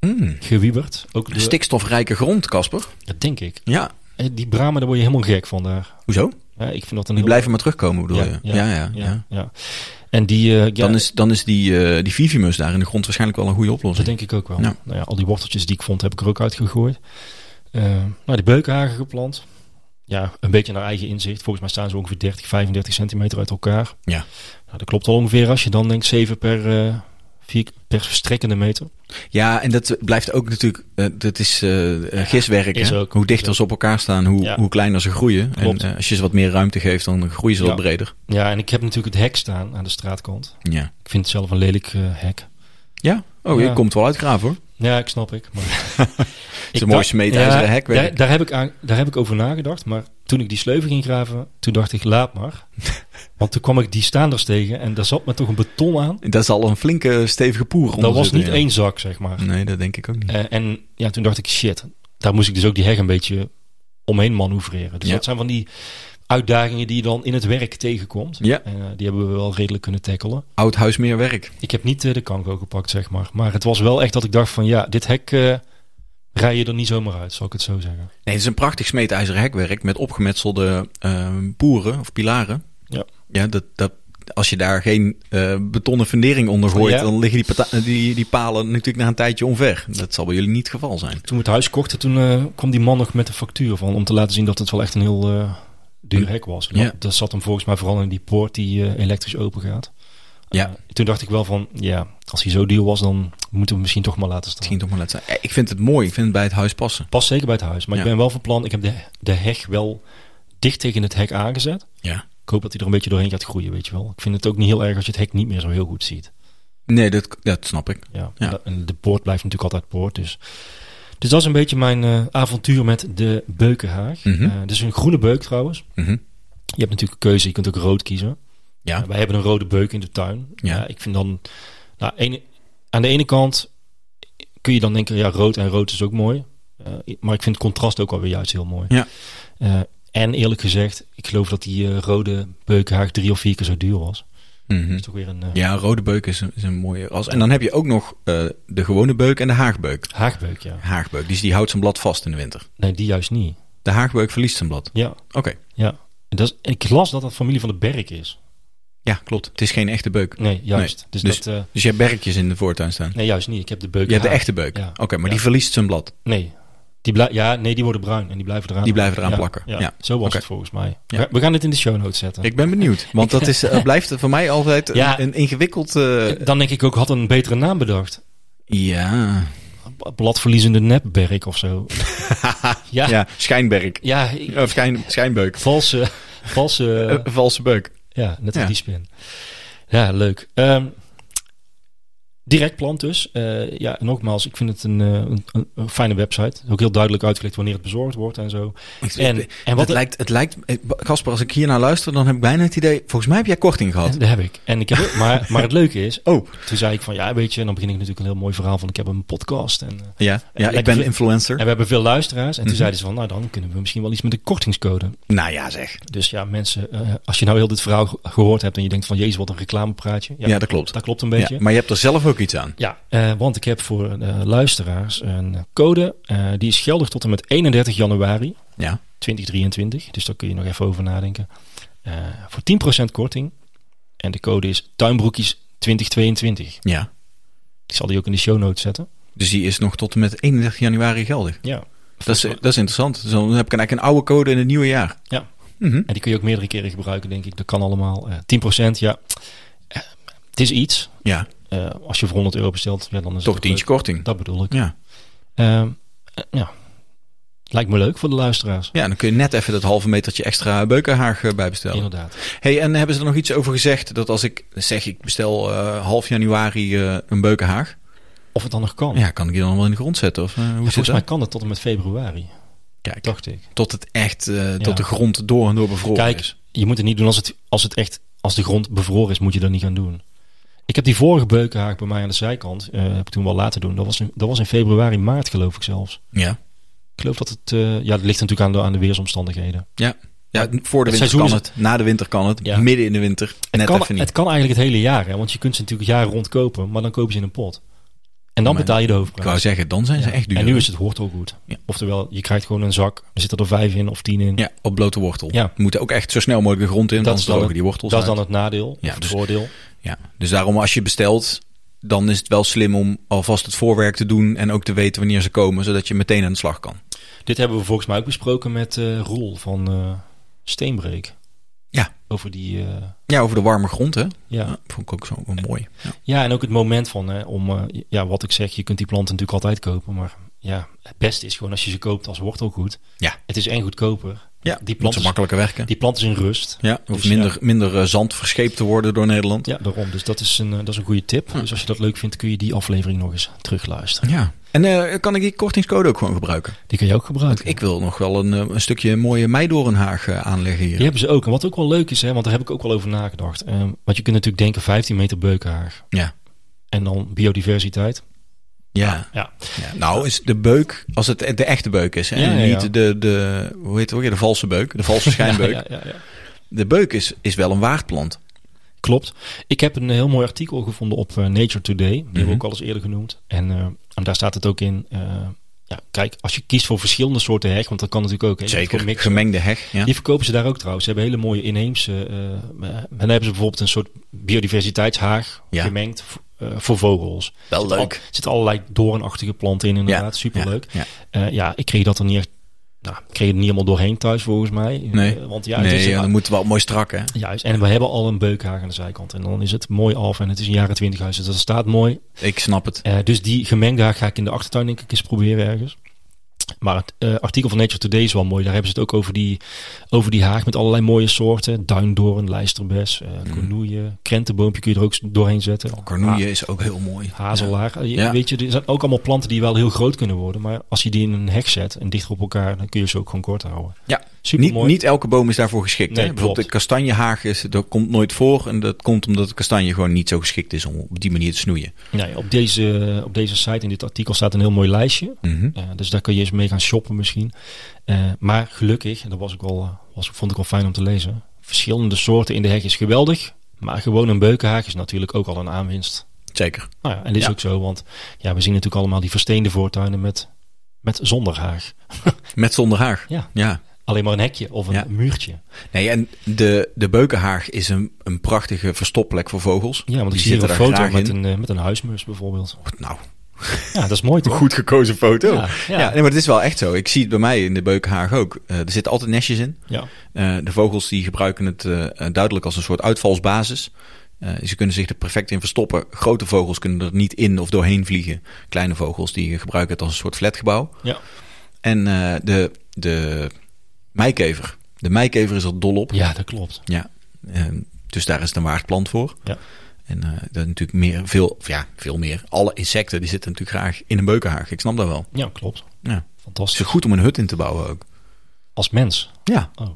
Speaker 2: Mm.
Speaker 3: gewieberd. Ook de,
Speaker 2: Stikstofrijke grond, Casper.
Speaker 3: Dat denk ik.
Speaker 2: Ja.
Speaker 3: Eh, die bramen, daar word je helemaal gek van daar.
Speaker 2: Hoezo?
Speaker 3: Ja, ik vind dat een
Speaker 2: Die
Speaker 3: heel...
Speaker 2: blijven maar terugkomen, bedoel
Speaker 3: Ja,
Speaker 2: je?
Speaker 3: ja,
Speaker 2: Ja, ja. ja,
Speaker 3: Ja, ja. En die... eh, ja,
Speaker 2: Dan, is, dan is die, eh, die Vivimus daar in de grond waarschijnlijk wel een goede
Speaker 3: Dat
Speaker 2: oplossing.
Speaker 3: denk ik ook wel.
Speaker 2: Ja.
Speaker 3: Nou ja, al die worteltjes die ik vond, heb ik er ook uitgegooid. Eh, nou, die beukenhagen geplant. Ja, een beetje naar eigen inzicht. Volgens mij staan ze ongeveer 30, 35 centimeter uit elkaar.
Speaker 2: Ja.
Speaker 3: Nou, dat klopt al ongeveer als je dan denkt 7 per, eh vier, per strekkende meter.
Speaker 2: Ja, en dat blijft ook natuurlijk, eh, dat is eh, eh, giswerk.
Speaker 3: is
Speaker 2: hè?
Speaker 3: ook.
Speaker 2: hoe dichter ze op elkaar staan, hoe,
Speaker 3: Ja.
Speaker 2: hoe kleiner ze groeien.
Speaker 3: Klopt.
Speaker 2: En eh, als je ze wat meer ruimte geeft, dan groeien ze
Speaker 3: Ja.
Speaker 2: wat breder.
Speaker 3: Ja, en ik heb natuurlijk het hek staan aan de straatkant.
Speaker 2: Ja.
Speaker 3: Ik vind het zelf een lelijk eh, hek.
Speaker 2: Ja? Oh,
Speaker 3: Ja.
Speaker 2: je komt wel uit graaf hoor.
Speaker 3: Ja, ik snap ik.
Speaker 2: <laughs>
Speaker 3: Maar het
Speaker 2: is een mooi smeedijzeren hekwerk.
Speaker 3: Daar, daar, heb ik aan, daar heb ik over nagedacht. Maar toen ik die sleuven ging graven, toen dacht ik,
Speaker 2: <laughs>
Speaker 3: laat maar. Want toen kwam ik die staanders tegen en daar zat me toch een beton aan.
Speaker 2: Dat is al een flinke stevige poer onder
Speaker 3: Dat was
Speaker 2: zitten,
Speaker 3: niet
Speaker 2: ja.
Speaker 3: één zak, zeg maar.
Speaker 2: Nee, dat denk ik ook niet.
Speaker 3: Eh, en ja, toen dacht ik, shit, daar moest ik dus ook die heg een beetje omheen manoeuvreren. Dus
Speaker 2: Ja.
Speaker 3: dat zijn van die uitdagingen die je dan in het werk tegenkomt.
Speaker 2: Ja.
Speaker 3: En eh, die hebben we wel redelijk kunnen tackelen.
Speaker 2: Oud huis meer werk.
Speaker 3: Ik heb niet eh, de kanko gepakt, zeg maar. Maar het was wel echt dat ik dacht van, ja, dit hek eh rij je er niet zomaar uit, zal ik het zo zeggen.
Speaker 2: Nee, het is een prachtig smeedijzeren hekwerk met opgemetselde eh, poeren of pilaren.
Speaker 3: Ja.
Speaker 2: Ja, dat, dat, als je daar geen eh, betonnen fundering onder gooit,
Speaker 3: Ja.
Speaker 2: dan liggen die, pata- die, die palen natuurlijk na een tijdje onver. Dat zal bij jullie niet het geval zijn.
Speaker 3: Toen we het huis kochten, toen eh, kwam die man nog met een factuur van... om te laten zien dat het wel echt een heel eh, duur hek was. En
Speaker 2: Ja.
Speaker 3: Dat, dat zat hem volgens mij vooral in die poort die eh, elektrisch open gaat.
Speaker 2: Ja.
Speaker 3: Eh, toen dacht ik wel van, ja, als hij zo duur was... dan moeten we hem misschien toch maar laten staan.
Speaker 2: Misschien toch maar laten zijn. Eh, Ik vind het mooi. Ik vind het bij het huis passen.
Speaker 3: Past zeker bij het huis. Maar
Speaker 2: Ja.
Speaker 3: ik ben wel van plan, ik heb de, de heg wel dicht tegen het hek aangezet.
Speaker 2: Ja.
Speaker 3: Ik hoop dat hij er een beetje doorheen gaat groeien, weet je wel. Ik vind het ook niet heel erg als je het hek niet meer zo heel goed ziet.
Speaker 2: Nee, dat, dat snap ik.
Speaker 3: Ja,
Speaker 2: Ja.
Speaker 3: en de poort blijft natuurlijk altijd poort. Dus Dus dat is een beetje mijn eh, avontuur met de beukenhaag.
Speaker 2: Mhm.
Speaker 3: Eh, dit is een groene beuk trouwens.
Speaker 2: Mhm.
Speaker 3: Je hebt natuurlijk een keuze, je kunt ook rood kiezen.
Speaker 2: Ja.
Speaker 3: Eh, Wij hebben een rode beuk in de tuin.
Speaker 2: Ah. Ja.
Speaker 3: Ja. ik vind dan... Nou, ene- aan de ene kant kun je dan denken, ja, rood en rood is ook mooi. Eh, maar ik vind het contrast ook alweer juist heel mooi.
Speaker 2: Ja.
Speaker 3: Eh, en eerlijk gezegd, ik geloof dat die eh, rode beukenhaag drie of vier keer zo duur was.
Speaker 2: Mhm.
Speaker 3: Dat is toch weer een eh,
Speaker 2: Ja, rode beuk is een, is een mooie ras. En dan heb je ook nog eh, de gewone beuk en de haagbeuk.
Speaker 3: haagbeuk, ja.
Speaker 2: Haagbeuk, Dus die, die houdt zijn blad vast in de winter.
Speaker 3: Nee, die juist niet.
Speaker 2: De haagbeuk verliest zijn blad.
Speaker 3: Ja,
Speaker 2: Oké,
Speaker 3: ja. Dat is, ik las dat dat familie van de Berk is.
Speaker 2: ja, klopt. Het is geen echte beuk.
Speaker 3: Nee, juist. Dus,
Speaker 2: Dus-
Speaker 3: dat... eh,
Speaker 2: Dus je hebt berkjes in de voortuin staan.
Speaker 3: nee, juist niet. Ik heb de beuk
Speaker 2: Je hebt de
Speaker 3: haag.
Speaker 2: echte beuk.
Speaker 3: Ja.
Speaker 2: Oké, maar
Speaker 3: Ja.
Speaker 2: die verliest zijn blad.
Speaker 3: Nee. Die blij- ja, nee, die worden bruin en die blijven eraan.
Speaker 2: Die blijven eraan
Speaker 3: Ja,
Speaker 2: plakken.
Speaker 3: Ja.
Speaker 2: Ja.
Speaker 3: Zo was
Speaker 2: Oké.
Speaker 3: het volgens mij.
Speaker 2: Ja.
Speaker 3: We- We gaan dit in de show notes zetten.
Speaker 2: Ik ben benieuwd, want dat is, eh, blijft voor mij altijd
Speaker 3: Ja.
Speaker 2: een, een ingewikkeld... eh,
Speaker 3: Dan denk ik ook, had een betere naam bedacht.
Speaker 2: ja.
Speaker 3: B- Bladverliezende nepberk of
Speaker 2: <laughs>
Speaker 3: zo. ja, ja.
Speaker 2: ja, schijnberk.
Speaker 3: ik-
Speaker 2: Of schijn, schijnbeuk.
Speaker 3: valse, valse,
Speaker 2: Eh, valse beuk.
Speaker 3: ja, net als
Speaker 2: ja.
Speaker 3: die spin. Ja, leuk. Ehm, direct plant dus. Eh, ja, nogmaals, ik vind het een, eh, een, een- een fijne website. Ook heel duidelijk uitgelegd wanneer het bezorgd wordt en zo. En, en wat
Speaker 2: het, lijkt, het lijkt, eh, Casper, als ik hier naar luister, dan heb ik bijna het idee, volgens mij heb jij korting gehad.
Speaker 3: Dat heb ik. En ik heb, ook- maar, <laughs> maar het leuke is,
Speaker 2: Oh,
Speaker 3: Toen zei ik van ja, weet je, en dan begin ik natuurlijk een heel mooi verhaal van ik heb een podcast en, eh,
Speaker 2: ja, ja ik
Speaker 3: Lijkt
Speaker 2: ben
Speaker 3: me-
Speaker 2: influencer.
Speaker 3: en we hebben veel luisteraars. En toen
Speaker 2: Mhm.
Speaker 3: zeiden ze van nou, dan kunnen we misschien wel iets met een kortingscode.
Speaker 2: Nou ja, zeg.
Speaker 3: Dus ja, mensen, eh, als je nou heel dit verhaal ge- gehoord hebt en je denkt van jezus, wat een reclamepraatje.
Speaker 2: Ja, dat klopt.
Speaker 3: Dat klopt een beetje.
Speaker 2: Ja, maar je hebt er zelf ook iets aan.
Speaker 3: Ja, eh, want ik heb voor eh, luisteraars een code. eh, die is geldig tot en met 31 januari
Speaker 2: Ja.
Speaker 3: 2023. Dus daar kun je nog even over nadenken. Eh, voor 10% korting. En de code is tuinbroekjes 2022.
Speaker 2: ja.
Speaker 3: Ik zal die ook in de show notes zetten.
Speaker 2: Dus die is nog tot en met 31 januari geldig.
Speaker 3: Ja.
Speaker 2: Dat is, dat is interessant. Dus dan heb ik eigenlijk een oude code in het nieuwe jaar.
Speaker 3: Ja.
Speaker 2: Mhm.
Speaker 3: En die kun je ook meerdere keren gebruiken, denk ik. Dat kan allemaal. Eh, 10%, ja. Eh, het is iets.
Speaker 2: Ja,
Speaker 3: Eh, als je voor 100 euro bestelt, ja, dan is
Speaker 2: toch
Speaker 3: het
Speaker 2: tientje
Speaker 3: leuk.
Speaker 2: korting.
Speaker 3: Dat bedoel ik.
Speaker 2: Ja.
Speaker 3: Ehm, eh, ja. Lijkt me leuk voor de luisteraars.
Speaker 2: ja, dan kun je net even dat halve metertje extra beukenhaag eh, bijbestellen.
Speaker 3: Inderdaad.
Speaker 2: Hey, en hebben ze er nog iets over gezegd? Dat als ik zeg, ik bestel eh, half januari eh, een beukenhaag.
Speaker 3: Of het dan nog kan.
Speaker 2: Ja, kan ik die dan wel in de grond zetten? Of eh, hoe zit
Speaker 3: Volgens mij
Speaker 2: dat?
Speaker 3: kan het tot en met februari,
Speaker 2: Kijk,
Speaker 3: dacht ik.
Speaker 2: tot het echt, eh,
Speaker 3: Ja.
Speaker 2: tot de grond door en door bevroren
Speaker 3: Kijk,
Speaker 2: is.
Speaker 3: je moet het niet doen als het, als het echt, als de grond bevroren is, moet je dat niet gaan doen. Ik heb die vorige beukenhaag bij mij aan de zijkant, eh, heb ik toen wel laten doen. Dat was, in, dat was in februari, maart geloof ik zelfs.
Speaker 2: Ja.
Speaker 3: Ik geloof dat het, eh, ja, dat ligt natuurlijk aan de, aan de weersomstandigheden.
Speaker 2: Ja. Ja, voor
Speaker 3: Maar
Speaker 2: de
Speaker 3: het
Speaker 2: winter
Speaker 3: seizoen
Speaker 2: kan
Speaker 3: is
Speaker 2: het, na de winter kan het,
Speaker 3: Ja.
Speaker 2: midden in de winter, net
Speaker 3: kan,
Speaker 2: even niet.
Speaker 3: Het kan eigenlijk het hele jaar, hè? want je kunt ze natuurlijk jaar rond kopen, maar dan kopen ze in een pot. En dan
Speaker 2: Maar-
Speaker 3: betaal je de
Speaker 2: Ik
Speaker 3: hoofdprijs.
Speaker 2: wou zeggen, dan zijn ze
Speaker 3: Ja.
Speaker 2: echt duur.
Speaker 3: En nu is het hoort ook goed.
Speaker 2: Ja.
Speaker 3: Oftewel, je krijgt gewoon een zak, er zitten er vijf in of tien in.
Speaker 2: Ja, op blote wortel.
Speaker 3: Ja.
Speaker 2: We moeten ook echt zo snel mogelijk de grond in,
Speaker 3: Dat
Speaker 2: anders
Speaker 3: is dan
Speaker 2: drogen
Speaker 3: het-
Speaker 2: die wortels
Speaker 3: Dat is
Speaker 2: uit.
Speaker 3: dan het nadeel,
Speaker 2: Ja,
Speaker 3: of het
Speaker 2: dus-
Speaker 3: voordeel.
Speaker 2: Ja, dus daarom als je bestelt, dan is het wel slim om alvast het voorwerk te doen en ook te weten wanneer ze komen, zodat je meteen aan de slag kan.
Speaker 3: Dit hebben we volgens mij ook besproken met eh, Roel van eh, Steenbreek.
Speaker 2: Ja.
Speaker 3: Over die... eh,
Speaker 2: Ja, over de warme grond, hè?
Speaker 3: ja.
Speaker 2: Ja, vond ik ook zo wel mooi. Ja.
Speaker 3: ja, en ook het moment van, hè, om, eh, ja, wat ik zeg, je kunt die planten natuurlijk altijd kopen, maar ja, het beste is gewoon als je ze koopt als wortelgoed.
Speaker 2: Ja.
Speaker 3: Het is en goedkoper.
Speaker 2: Ja,
Speaker 3: die
Speaker 2: moet ze
Speaker 3: planten,
Speaker 2: makkelijker werken.
Speaker 3: die plant is in rust.
Speaker 2: Ja, hoeft
Speaker 3: Dus
Speaker 2: minder, minder eh, zand verscheept te worden door Nederland.
Speaker 3: Ja, daarom. Dus dat is een, eh, dat is een goede tip.
Speaker 2: Hm.
Speaker 3: Dus als je dat leuk vindt, kun je die aflevering nog eens terugluisteren.
Speaker 2: Ja. En eh, kan ik die kortingscode ook gewoon gebruiken?
Speaker 3: Die kun je ook gebruiken.
Speaker 2: Ik wil nog wel een, eh, een stukje mooie meidoornhaag eh, aanleggen hier.
Speaker 3: Die hebben ze ook. En wat ook wel leuk is, hè, want daar heb ik ook wel over nagedacht. Ehm, want je kunt natuurlijk denken 15 meter beukenhaag.
Speaker 2: Ja.
Speaker 3: En dan biodiversiteit.
Speaker 2: Ja.
Speaker 3: Ja.
Speaker 2: Ja, nou is de beuk, als het de echte beuk is, hè?
Speaker 3: Ja,
Speaker 2: en
Speaker 3: ja, ja.
Speaker 2: niet de, de, hoe heet het ook weer, de valse beuk, de
Speaker 3: <laughs>
Speaker 2: valse schijnbeuk.
Speaker 3: Ja, ja, ja, ja.
Speaker 2: De beuk is, is wel een waardplant.
Speaker 3: Klopt. Ik heb een heel mooi artikel gevonden op eh, Nature Today. Die hebben
Speaker 2: Mhm.
Speaker 3: we ook al eens eerder genoemd. En, eh, en daar staat het ook in. eh, ja, kijk, als je kiest voor verschillende soorten heg, want dat kan natuurlijk ook. hè. Je kunt gewoon mixen.
Speaker 2: gemengde heg. Ja.
Speaker 3: Die verkopen ze daar ook trouwens. Ze hebben hele mooie inheemse. eh, eh, en dan hebben ze bijvoorbeeld een soort biodiversiteitshaag
Speaker 2: Ja.
Speaker 3: gemengd v- eh, voor vogels.
Speaker 2: Wel leuk.
Speaker 3: Er zitten allerlei doornachtige planten in, inderdaad. Superleuk.
Speaker 2: Ja.
Speaker 3: Eh, ja, ik kreeg dat er niet echt. Nou, ik kreeg het niet helemaal doorheen thuis volgens mij.
Speaker 2: Nee.
Speaker 3: Eh, want ja, het
Speaker 2: nee,
Speaker 3: is,
Speaker 2: ja, dan moet het wel mooi strak, hè?
Speaker 3: Juist, en we hebben al een beukhaag aan de zijkant. En dan is het mooi af en het is een jaren twintig huis, dus dat staat mooi.
Speaker 2: Ik snap het.
Speaker 3: Eh, dus die gemengde haag ga ik in de achtertuin denk ik eens proberen ergens. Maar het eh, artikel van Nature Today is wel mooi. Daar hebben ze het ook over die, over die haag met allerlei mooie soorten. Duindoorn, lijsterbes, eh kornoeien, krentenboompje kun je er ook s- doorheen zetten.
Speaker 2: Mhm. Oh, Cornoeien is ook heel mooi.
Speaker 3: Ha- Hazelaar. Eh, je-
Speaker 2: Ja.
Speaker 3: Weet je, er zijn ook allemaal planten die wel heel groot kunnen worden. Maar als je die in een hek zet en dichter op elkaar, dan kun je ze ook gewoon kort houden.
Speaker 2: Ja, niet,
Speaker 3: Supermooi.
Speaker 2: niet elke boom is daarvoor geschikt.
Speaker 3: Nee,
Speaker 2: hè? Bijvoorbeeld de
Speaker 3: klopt.
Speaker 2: kastanjehaag is, dat komt nooit voor. En dat komt omdat de kastanje gewoon niet zo geschikt is om op die manier te snoeien.
Speaker 3: Nee, op, deze, op deze site, in dit artikel, staat een heel mooi lijstje.
Speaker 2: Mhm.
Speaker 3: Eh, dus daar kun je eens mee gaan shoppen misschien. Eh, maar gelukkig, en dat was ook wel, eh, was, vond ik wel fijn om te lezen. Verschillende soorten in de hek is geweldig. Maar gewoon een beukenhaag is natuurlijk ook al een aanwinst.
Speaker 2: Zeker.
Speaker 3: Nou ja, en dat is
Speaker 2: Ja.
Speaker 3: ook zo, want ja, we zien natuurlijk allemaal die versteende voortuinen met, met zonder haag.
Speaker 2: Met zonder haag.
Speaker 3: Ja.
Speaker 2: ja.
Speaker 3: Alleen maar een hekje of een
Speaker 2: Ja.
Speaker 3: muurtje.
Speaker 2: Nee, en de, de beukenhaag is een, een prachtige verstopplek voor vogels.
Speaker 3: Ja, want ik
Speaker 2: Die
Speaker 3: zie hier
Speaker 2: zitten
Speaker 3: een
Speaker 2: daar
Speaker 3: foto
Speaker 2: graag
Speaker 3: met
Speaker 2: in.
Speaker 3: een, eh, met een huismus bijvoorbeeld.
Speaker 2: Nou,
Speaker 3: Ja, dat is mooi toch?
Speaker 2: goed gekozen foto.
Speaker 3: Ja,
Speaker 2: Ja,
Speaker 3: ja.
Speaker 2: nee, maar het is wel echt zo. Ik zie het bij mij in de beukenhaag ook. Eh, er zitten altijd nestjes in.
Speaker 3: Ja.
Speaker 2: Eh, de vogels die gebruiken het eh, eh, duidelijk als een soort uitvalsbasis. Eh, ze kunnen zich er perfect in verstoppen. Grote vogels kunnen er niet in of doorheen vliegen. Kleine vogels die gebruiken het als een soort flatgebouw.
Speaker 3: Ja.
Speaker 2: En eh, de, de meikever. De meikever is er dol op.
Speaker 3: ja, dat klopt.
Speaker 2: Ja. Eh, dus daar is het een waardplant voor.
Speaker 3: Ja.
Speaker 2: En eh dat natuurlijk meer, veel, of ja, veel meer. Alle insecten die zitten natuurlijk graag in een beukenhaag. Ik snap dat wel.
Speaker 3: Ja, klopt.
Speaker 2: Ja. Het
Speaker 3: Fantastisch.
Speaker 2: is goed om een hut in te bouwen ook.
Speaker 3: Als mens.
Speaker 2: Ja,
Speaker 3: Oh.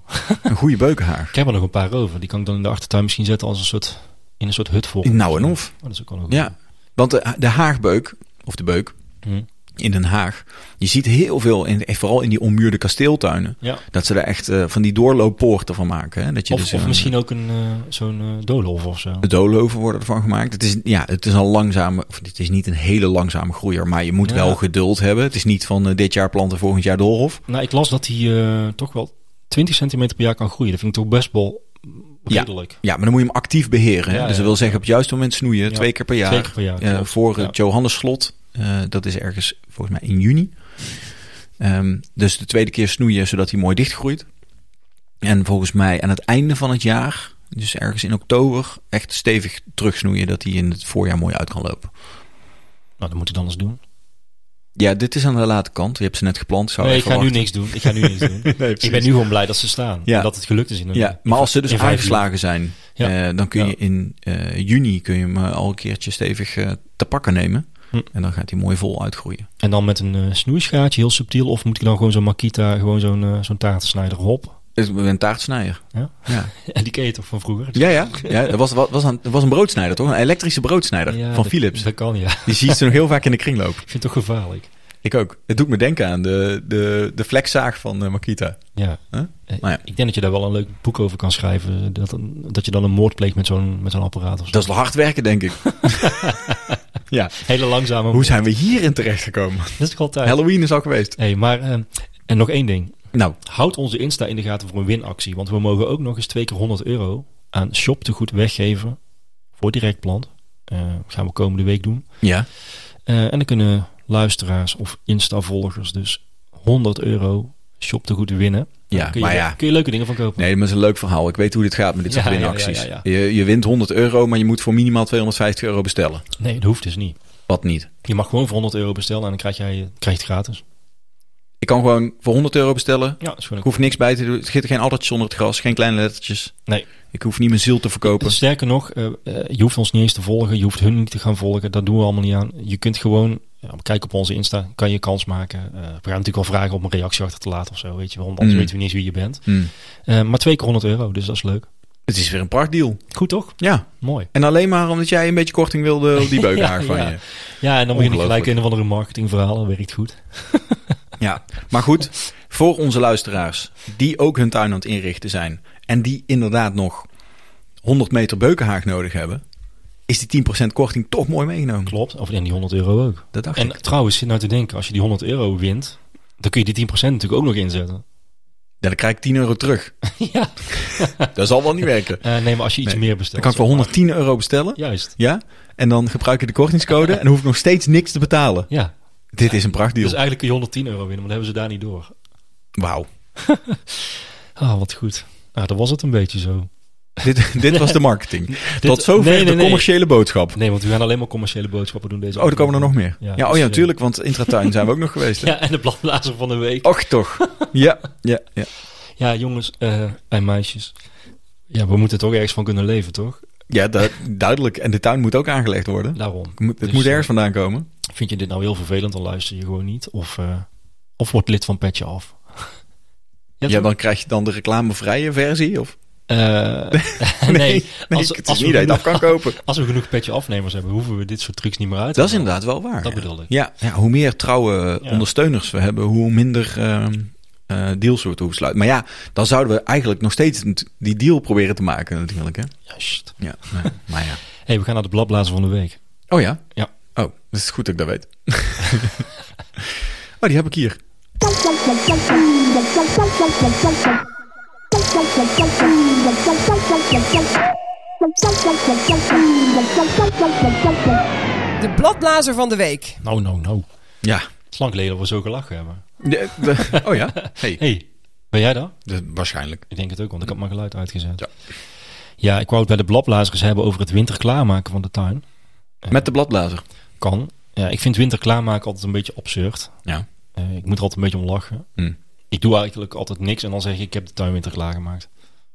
Speaker 2: een goede beukenhaag.
Speaker 3: Ik heb er nog een paar over. Die kan ik dan in de achtertuin misschien zetten als een soort, in een soort hut voor.
Speaker 2: Nou en of.
Speaker 3: Oh, dat is ook wel een
Speaker 2: Ja, want de, de haagbeuk, of de beuk,
Speaker 3: Hm.
Speaker 2: in Den Haag. Je ziet heel veel, in, eh, vooral in die ommuurde kasteeltuinen,
Speaker 3: Ja.
Speaker 2: dat ze daar echt eh, van die doorlooppoorten van maken. Hè? Dat je
Speaker 3: Of,
Speaker 2: dus
Speaker 3: of
Speaker 2: een-
Speaker 3: misschien ook een, eh, zo'n eh, doolhof of zo.
Speaker 2: de dooloven worden ervan gemaakt. Het is, ja, het is een langzame, of het is niet een hele langzame groeier, maar je moet
Speaker 3: Ja.
Speaker 2: wel geduld hebben. Het is niet van eh, dit jaar planten, volgend jaar doolhof.
Speaker 3: Nou, ik las dat hij eh, toch wel 20 centimeter per jaar kan groeien. Dat vind ik toch best wel redelijk.
Speaker 2: Ja, maar dan moet je hem actief beheren. Hè?
Speaker 3: Ja,
Speaker 2: dus dat
Speaker 3: ja.
Speaker 2: wil zeggen op het juiste moment snoeien,
Speaker 3: Ja.
Speaker 2: twee keer per jaar.
Speaker 3: Twee keer per jaar, Nou,
Speaker 2: Eh,
Speaker 3: klopt.
Speaker 2: voor
Speaker 3: Ja.
Speaker 2: het Johannesslot, eh, dat is ergens volgens mij in juni. Ehm, dus de tweede keer snoeien, zodat hij mooi dichtgroeit. En volgens mij aan het einde van het jaar, dus ergens in oktober, echt stevig terugsnoeien, dat hij in het voorjaar mooi uit kan lopen.
Speaker 3: Nou, dat moet ik dan eens
Speaker 2: Oh,
Speaker 3: doen.
Speaker 2: Ja, dit is aan de late kant. Je hebt ze net geplant. Zou
Speaker 3: nee, ik
Speaker 2: even
Speaker 3: ga nu
Speaker 2: wachten.
Speaker 3: niks doen. Ik ga nu
Speaker 2: <laughs>
Speaker 3: niks doen.
Speaker 2: precies.
Speaker 3: ik ben nu gewoon blij dat ze staan.
Speaker 2: Ja.
Speaker 3: En dat het gelukt is in een
Speaker 2: Ja, maar als ze dus
Speaker 3: in vijf
Speaker 2: aangeslagen zijn,
Speaker 3: Ja.
Speaker 2: eh, dan kun je
Speaker 3: Ja.
Speaker 2: in eh, juni kun je hem eh, al een keertje stevig eh, te pakken nemen.
Speaker 3: Hm.
Speaker 2: En dan gaat hij mooi vol uitgroeien.
Speaker 3: En dan met een eh, snoeischaartje, heel subtiel. Of moet ik dan gewoon zo'n Makita, gewoon zo'n eh, zo'n taartensnijder hop.
Speaker 2: Het is Een taartsnijder.
Speaker 3: Ja?
Speaker 2: Ja,
Speaker 3: <laughs> En die ken je toch van vroeger?
Speaker 2: <laughs>
Speaker 3: Dus
Speaker 2: ja. ja, ja dat was, was, was, een, dat was een broodsnijder, toch? Een elektrische broodsnijder
Speaker 3: Ja,
Speaker 2: van
Speaker 3: dat-
Speaker 2: Philips.
Speaker 3: Dat kan, ja. <laughs>
Speaker 2: Die zie je ze nog heel vaak in de kringloop.
Speaker 3: Ik vind het toch gevaarlijk.
Speaker 2: Ik ook. Het doet me denken aan de, de, de flexzaag van eh, Makita.
Speaker 3: Ja.
Speaker 2: Huh?
Speaker 3: Eh,
Speaker 2: Maar ja.
Speaker 3: Ik denk dat je daar wel een leuk boek over kan schrijven. Dat, een- dat je dan een moord pleegt met zo'n met zo'n apparaat of zo.
Speaker 2: Dat is wel hard werken, denk
Speaker 3: <laughs>
Speaker 2: ik. ja.
Speaker 3: Hele langzame
Speaker 2: Hoe zijn we hierin terechtgekomen?
Speaker 3: Dat is toch altijd.
Speaker 2: Halloween is al geweest.
Speaker 3: Hey, maar eh, en nog één ding.
Speaker 2: Nou,
Speaker 3: Houd onze Insta in de gaten voor een winactie. Want we mogen ook nog eens twee keer 100 euro aan shoptegoed weggeven. Voor directplant. Eh gaan we komende week doen.
Speaker 2: ja.
Speaker 3: Eh, en dan kunnen luisteraars of Insta-volgers dus 100 euro shop te goed winnen.
Speaker 2: Ja,
Speaker 3: Dan kun je,
Speaker 2: maar ja.
Speaker 3: Kun je leuke dingen van kopen.
Speaker 2: Nee, maar het is een leuk verhaal. Ik weet hoe dit gaat met dit soort
Speaker 3: Ja, ja,
Speaker 2: winacties.
Speaker 3: ja, ja,
Speaker 2: Je, je wint 100 euro, maar je moet voor minimaal 250 euro bestellen.
Speaker 3: Nee, dat hoeft dus niet.
Speaker 2: Wat niet.
Speaker 3: Je mag gewoon voor 100 euro bestellen en dan krijg, jij, krijg je het gratis.
Speaker 2: Ik kan gewoon voor 100 euro bestellen.
Speaker 3: Ja, dat is gewoon
Speaker 2: Ik
Speaker 3: een-
Speaker 2: hoef niks bij te doen. Er zitten geen addertjes onder het gras, geen kleine lettertjes.
Speaker 3: Nee.
Speaker 2: Ik hoef niet mijn ziel te verkopen.
Speaker 3: Sterker nog, eh, eh, je hoeft ons niet eens te volgen. Je hoeft hun niet te gaan volgen. Dat doen we allemaal niet aan. Je kunt gewoon... ja, kijk op onze Insta, kan je kans maken. Eh, we gaan natuurlijk wel vragen om een reactie achter te laten of zo, weet je wel. Want anders
Speaker 2: Mm.
Speaker 3: weten we niet eens wie je bent.
Speaker 2: Hmm.
Speaker 3: Eh, maar twee keer 100 euro, dus dat is leuk.
Speaker 2: Het is weer een prachtdeal.
Speaker 3: Goed toch?
Speaker 2: Ja.
Speaker 3: Mooi.
Speaker 2: En alleen maar omdat jij een beetje korting wilde op die beukenhaar
Speaker 3: <laughs> Ja,
Speaker 2: van
Speaker 3: ja.
Speaker 2: je.
Speaker 3: Ja, en dan begin ik gelijk
Speaker 2: Ongelooflijk.
Speaker 3: een of andere marketingverhaal. Dat werkt goed.
Speaker 2: Ja. Maar goed, voor onze luisteraars die ook hun tuin aan het inrichten zijn. En die inderdaad nog 100 meter beukenhaag nodig hebben. Is die 10% korting toch mooi meegenomen.
Speaker 3: Klopt, of en die 100 euro ook.
Speaker 2: Dat dacht ik.
Speaker 3: En trouwens, zit nou te denken, als je die 100 euro wint, dan kun je die 10% natuurlijk ook nog inzetten.
Speaker 2: Ja, dan krijg ik 10 euro terug.
Speaker 3: <laughs> ja.
Speaker 2: Dat zal wel niet werken.
Speaker 3: Eh, nee, maar als je iets
Speaker 2: Nee,
Speaker 3: meer
Speaker 2: Dan
Speaker 3: bestelt.
Speaker 2: kan ik voor 110 euro bestellen.
Speaker 3: Juist,
Speaker 2: Ja? En dan gebruik je de kortingscode en dan hoef ik nog steeds niks te betalen.
Speaker 3: ja.
Speaker 2: Dit is een prachtdeal.
Speaker 3: Dus eigenlijk kun je 110 euro winnen, maar dan hebben ze daar niet door.
Speaker 2: Wauw.
Speaker 3: Ah, wat goed. Nou, dat was het een beetje zo.
Speaker 2: dit, dit was de marketing. Tot
Speaker 3: Dit-
Speaker 2: zover
Speaker 3: nee, nee,
Speaker 2: de
Speaker 3: nee.
Speaker 2: commerciële boodschap.
Speaker 3: Nee, want we gaan alleen maar commerciële boodschappen doen deze
Speaker 2: Oh, er komen er nog
Speaker 3: aflevering.
Speaker 2: meer. Ja, oh
Speaker 3: dus,
Speaker 2: ja,
Speaker 3: eh,
Speaker 2: natuurlijk, want Intratuin zijn we ook nog geweest. Hè?
Speaker 3: <laughs> Ja, en de bladblazer van de week.
Speaker 2: Och
Speaker 3: <laughs>
Speaker 2: toch. Ja, ja, ja.
Speaker 3: Ja, jongens eh, en meisjes. Ja, we moeten toch ergens van kunnen leven, toch?
Speaker 2: ja du- duidelijk. En de tuin moet ook aangelegd worden.
Speaker 3: Daarom.
Speaker 2: Moet- Het
Speaker 3: Dus,
Speaker 2: moet
Speaker 3: eh,
Speaker 2: ergens vandaan komen.
Speaker 3: Vind je dit nou heel vervelend, dan luister je gewoon niet. Of, eh, of word lid van Petje Af. <laughs>
Speaker 2: Ja,
Speaker 3: Ja, toch?
Speaker 2: dan krijg je dan de reclamevrije versie? Of?
Speaker 3: Eh, <laughs> nee,
Speaker 2: Nee,
Speaker 3: als,
Speaker 2: het is
Speaker 3: als, we
Speaker 2: niet dat je het
Speaker 3: genoeg,
Speaker 2: af kan kopen.
Speaker 3: <laughs> als we genoeg Petje Afnemers hebben, hoeven we dit soort trucs niet meer uit te
Speaker 2: Dat is
Speaker 3: halen.
Speaker 2: inderdaad wel waar.
Speaker 3: Dat
Speaker 2: ja.
Speaker 3: bedoel ik.
Speaker 2: Ja, ja, hoe meer trouwe
Speaker 3: Ja.
Speaker 2: ondersteuners we hebben, hoe minder ehm, eh, deals we te hoeven sluiten. Maar ja, dan zouden we eigenlijk nog steeds nat- die deal proberen te maken natuurlijk. Hè?
Speaker 3: Juist.
Speaker 2: Ja, nee, maar
Speaker 3: <laughs>
Speaker 2: ja.
Speaker 3: hey, we gaan naar de bladblazer van de week.
Speaker 2: Oh ja?
Speaker 3: Ja.
Speaker 2: Oh, dat is goed dat ik dat weet. <laughs> oh, die heb ik hier.
Speaker 1: De bladblazer van de week.
Speaker 3: Nou, nou, nou.
Speaker 2: Ja.
Speaker 3: Het is lang geleden dat we zo gelachen hebben.
Speaker 2: De- de- oh ja? Hey,
Speaker 3: hey, ben jij daar?
Speaker 2: de- waarschijnlijk.
Speaker 3: Ik denk het ook, want ik had mijn geluid uitgezet.
Speaker 2: Ja.
Speaker 3: Ja, ik wou het bij de bladblazers hebben over het winter klaarmaken van de tuin.
Speaker 2: Met de bladblazer.
Speaker 3: Kan. Ja, ik vind winter klaarmaken altijd een beetje absurd.
Speaker 2: Ja.
Speaker 3: Eh, ik moet er altijd een beetje om lachen.
Speaker 2: Hmm.
Speaker 3: Ik doe eigenlijk altijd niks en dan zeg ik, ik heb de tuin winter klaargemaakt.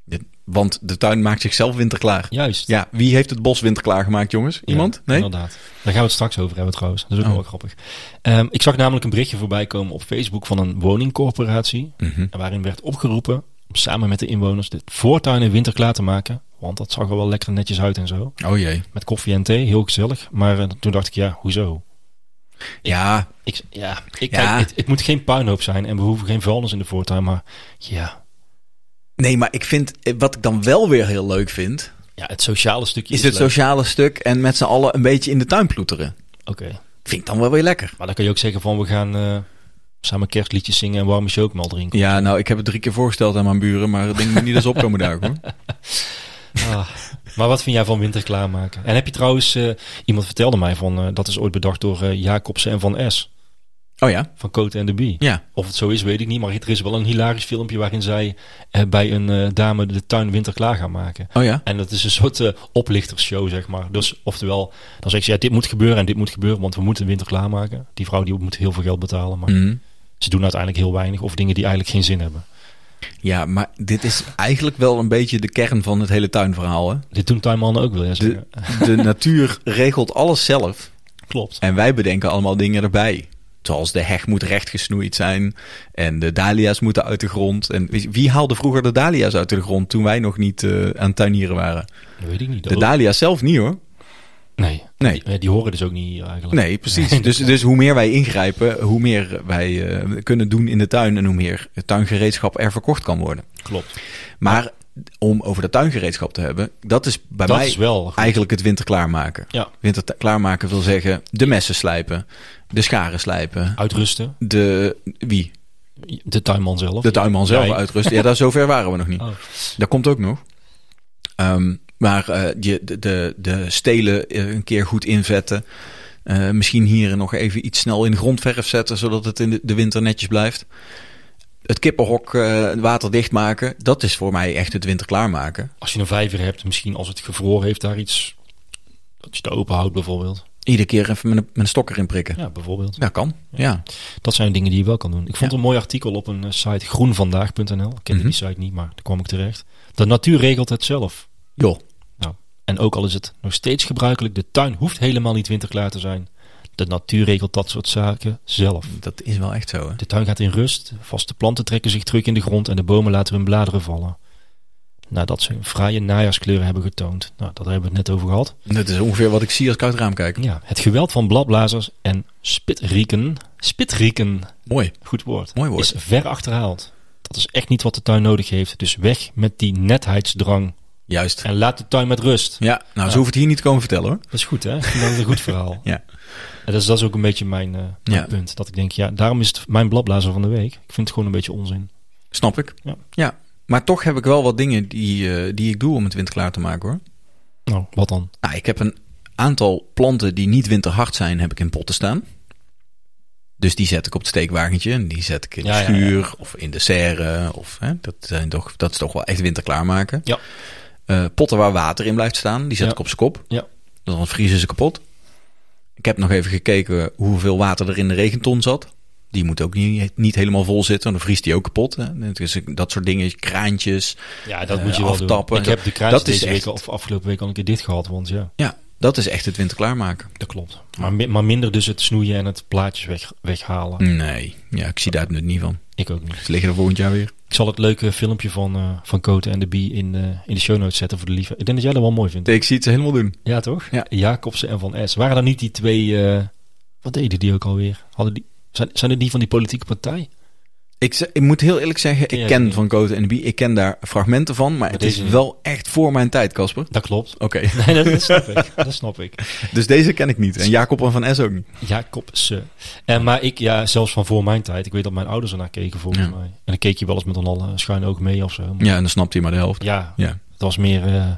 Speaker 2: Dit- Want de tuin maakt zichzelf winterklaar.
Speaker 3: Juist.
Speaker 2: Ja, wie heeft het bos winterklaar gemaakt, jongens?
Speaker 3: Ja,
Speaker 2: Iemand? Nee?
Speaker 3: Inderdaad. Daar gaan we het straks over hebben trouwens. Dat is ook
Speaker 2: Oh.
Speaker 3: wel grappig. Ehm, ik zag namelijk een berichtje voorbij komen op Facebook van een woningcorporatie.
Speaker 2: Mhm.
Speaker 3: Waarin werd opgeroepen om samen met de inwoners de voortuinen winter klaar te maken. Want dat zag er wel lekker netjes uit en zo.
Speaker 2: Oh jee.
Speaker 3: Met koffie en thee, heel gezellig. Maar eh, toen dacht ik, ja, hoezo?
Speaker 2: Ja,
Speaker 3: Ik, ja, ik,
Speaker 2: Ja.
Speaker 3: Kijk, het, het moet geen puinhoop zijn en we hoeven geen vuilnis in de voortuin. Maar ja,
Speaker 2: Nee, maar ik vind, eh, wat ik dan wel weer heel leuk vind,
Speaker 3: ja het sociale stukje
Speaker 2: is het
Speaker 3: leuk.
Speaker 2: sociale stuk en met z'n allen een beetje in de tuin ploeteren.
Speaker 3: Oké,
Speaker 2: Vind ik dan wel weer lekker.
Speaker 3: maar dan kan je ook zeggen van we gaan eh, samen kerstliedjes zingen en warme chocomel drinken.
Speaker 2: Ja, nou, ik heb het drie keer voorgesteld aan mijn buren, maar dat ding moet niet eens opkomen duiken hoor.
Speaker 3: Ah, maar wat vind jij van winter klaarmaken? En heb je trouwens, eh, iemand vertelde mij van, eh, dat is ooit bedacht door eh, Jacobsen en Van
Speaker 2: <laughs>
Speaker 3: S.
Speaker 2: Oh ja?
Speaker 3: Van Cote en de Bee.
Speaker 2: Ja.
Speaker 3: Of het zo is, weet ik niet. Maar er is wel een hilarisch filmpje waarin zij eh, bij een eh, dame de tuin winter klaar gaan maken.
Speaker 2: Oh ja?
Speaker 3: En dat is een soort eh, oplichtershow, zeg maar. Dus oftewel, dan zegt ze, ja, dit moet gebeuren en dit moet gebeuren, want we moeten de winter klaarmaken. Die vrouw die moet heel veel geld betalen, maar
Speaker 2: Mhm.
Speaker 3: ze doen uiteindelijk heel weinig of dingen die eigenlijk geen zin hebben.
Speaker 2: Ja, maar dit is eigenlijk wel een beetje de kern van het hele tuinverhaal. Hè?
Speaker 3: Dit doen tuinmannen ook, wil jij
Speaker 2: De,
Speaker 3: zeggen.
Speaker 2: de natuur regelt alles zelf
Speaker 3: Klopt.
Speaker 2: en wij bedenken allemaal dingen erbij. Zoals de heg moet rechtgesnoeid zijn en de dahlia's moeten uit de grond. En weet je, wie haalde vroeger de dahlia's uit de grond toen wij nog niet eh, aan het tuinieren waren?
Speaker 3: Dat weet ik niet.
Speaker 2: De dahlia's zelf niet hoor.
Speaker 3: nee.
Speaker 2: Nee.
Speaker 3: Die, eh, die horen dus ook niet hier eigenlijk.
Speaker 2: Nee, precies.
Speaker 3: <laughs>
Speaker 2: dus, dus hoe meer wij ingrijpen, hoe meer wij eh, kunnen doen in de tuin en hoe meer het tuingereedschap er verkocht kan worden.
Speaker 3: Klopt.
Speaker 2: Maar om over dat tuingereedschap te hebben, dat is bij
Speaker 3: dat
Speaker 2: mij
Speaker 3: is wel goed.
Speaker 2: eigenlijk het winter klaarmaken.
Speaker 3: Ja.
Speaker 2: Winter ta- klaarmaken wil zeggen de messen slijpen, de scharen slijpen,
Speaker 3: Uitrusten.
Speaker 2: de wie?
Speaker 3: De tuinman zelf.
Speaker 2: De tuinman zelf
Speaker 3: Jij.
Speaker 2: uitrusten.
Speaker 3: <laughs>
Speaker 2: Ja, daar zover waren we nog niet.
Speaker 3: Oh.
Speaker 2: Dat komt ook nog. Ehm, maar eh, je, de, de, de stelen eh, een keer goed invetten. Eh, misschien hier nog even iets snel in de grondverf zetten, zodat het in de, de winter netjes blijft. Het kippenhok eh waterdicht maken, dat is voor mij echt het winter klaarmaken.
Speaker 3: Als je een vijver hebt, misschien als het gevroren heeft daar iets... Dat je het open houdt bijvoorbeeld.
Speaker 2: Iedere keer even met een, met een stok erin prikken.
Speaker 3: Ja, bijvoorbeeld.
Speaker 2: Dat kan, ja.
Speaker 3: Dat zijn dingen die je wel kan doen. Ik vond
Speaker 2: Ja.
Speaker 3: een mooi artikel op een eh, site groenvandaag.nl. Ik kende
Speaker 2: Mhm.
Speaker 3: die site niet, maar daar kwam ik terecht. De natuur regelt het zelf. Nou,
Speaker 2: Joh,
Speaker 3: En ook al is het nog steeds gebruikelijk, de tuin hoeft helemaal niet winterklaar te zijn. De natuur regelt dat soort zaken zelf.
Speaker 2: dat is wel echt zo. Hè?
Speaker 3: De tuin gaat in rust, vaste planten trekken zich terug in de grond en de bomen laten hun bladeren vallen. Nadat ze hun fraaie najaarskleuren hebben getoond. Nou, daar hebben we het net over gehad.
Speaker 2: Dat is ongeveer wat ik zie als ik uit het raam kijk.
Speaker 3: Ja, het geweld van bladblazers en spitrieken. Spitrieken,
Speaker 2: Mooi.
Speaker 3: goed woord.
Speaker 2: Mooi woord.
Speaker 3: Is ver achterhaald. Dat is echt niet wat de tuin nodig heeft. Dus weg met die netheidsdrang.
Speaker 2: Juist.
Speaker 3: En laat de tuin met rust.
Speaker 2: Ja, nou ze hoeft het hier niet te komen vertellen hoor.
Speaker 3: Dat is goed, hè? Ik vind Dat is een goed verhaal.
Speaker 2: <laughs> Ja.
Speaker 3: En dat, is, dat is ook een beetje mijn, eh, mijn
Speaker 2: Ja.
Speaker 3: punt. Dat ik denk, ja, daarom is het mijn bladblazer van de week. Ik vind het gewoon een beetje onzin.
Speaker 2: Snap ik.
Speaker 3: Ja.
Speaker 2: Maar toch heb ik wel wat dingen die, eh, die ik doe om het winter klaar te maken hoor.
Speaker 3: Nou, wat dan?
Speaker 2: Nou, ik heb een aantal planten die niet winterhard zijn, heb ik in potten staan. Dus die zet ik op het steekwagentje en die zet ik in de
Speaker 3: Ja, ja, ja.
Speaker 2: schuur of in de serre. Of, hè, dat, zijn toch, dat is toch wel echt winter klaarmaken.
Speaker 3: Ja.
Speaker 2: eh, potten waar water in blijft staan, die zet
Speaker 3: Ja.
Speaker 2: ik op zijn kop.
Speaker 3: Ja.
Speaker 2: Dus Dan vriezen ze kapot. Ik heb nog even gekeken hoeveel water er in de regenton zat. Die moet ook niet, niet helemaal vol zitten, want dan vriest die ook kapot. Hè. Dus dat soort dingen, kraantjes.
Speaker 3: Ja, dat
Speaker 2: Eh,
Speaker 3: moet je wel
Speaker 2: aftappen.
Speaker 3: doen. Ik heb de kruis
Speaker 2: Dat is
Speaker 3: deze
Speaker 2: echt-
Speaker 3: week, of afgelopen week al een keer dit gehad. Want ja,
Speaker 2: Ja, dat is echt het winter klaarmaken.
Speaker 3: dat klopt. Maar, mi- maar minder dus het snoeien en het plaatjes weg,
Speaker 2: Mm.
Speaker 3: weghalen.
Speaker 2: Nee, ja, ik zie daar het nut niet van.
Speaker 3: Ik ook niet.
Speaker 2: Ze liggen er volgend jaar weer.
Speaker 3: Ik zal het leuke filmpje van, eh van Cote en de Bie in, eh, in de show notes zetten voor de lieve. Ik denk dat jij dat wel mooi vindt.
Speaker 2: Ik zie het ze helemaal doen.
Speaker 3: Ja, toch?
Speaker 2: Ja.
Speaker 3: Jacobsen en Van S. Waren daar niet die twee... eh, wat deden die ook alweer? Hadden die, zijn, zijn het die van die politieke partij?
Speaker 2: Ik, ze- ik moet heel eerlijk zeggen,
Speaker 3: Ken
Speaker 2: ik
Speaker 3: jij
Speaker 2: ken
Speaker 3: niet?
Speaker 2: van Cote en de Bie. Ik ken daar fragmenten van, maar het
Speaker 3: deze
Speaker 2: is
Speaker 3: niet.
Speaker 2: wel echt voor mijn tijd, Casper.
Speaker 3: Dat klopt.
Speaker 2: Oké,
Speaker 3: <laughs> Nee, dat, dat snap ik. <laughs> Dat snap ik.
Speaker 2: dus deze ken ik niet. En Jacob en Van S ook niet.
Speaker 3: Jacobsen. En, maar ik, ja, zelfs van voor mijn tijd. Ik weet dat mijn ouders ernaar keken volgens
Speaker 2: Ja.
Speaker 3: mij. En dan keek je wel eens met een alle schuine oog mee of zo. Maar
Speaker 2: Ja, en dan snapt hij maar de helft.
Speaker 3: ja,
Speaker 2: Ja.
Speaker 3: het was meer... eh,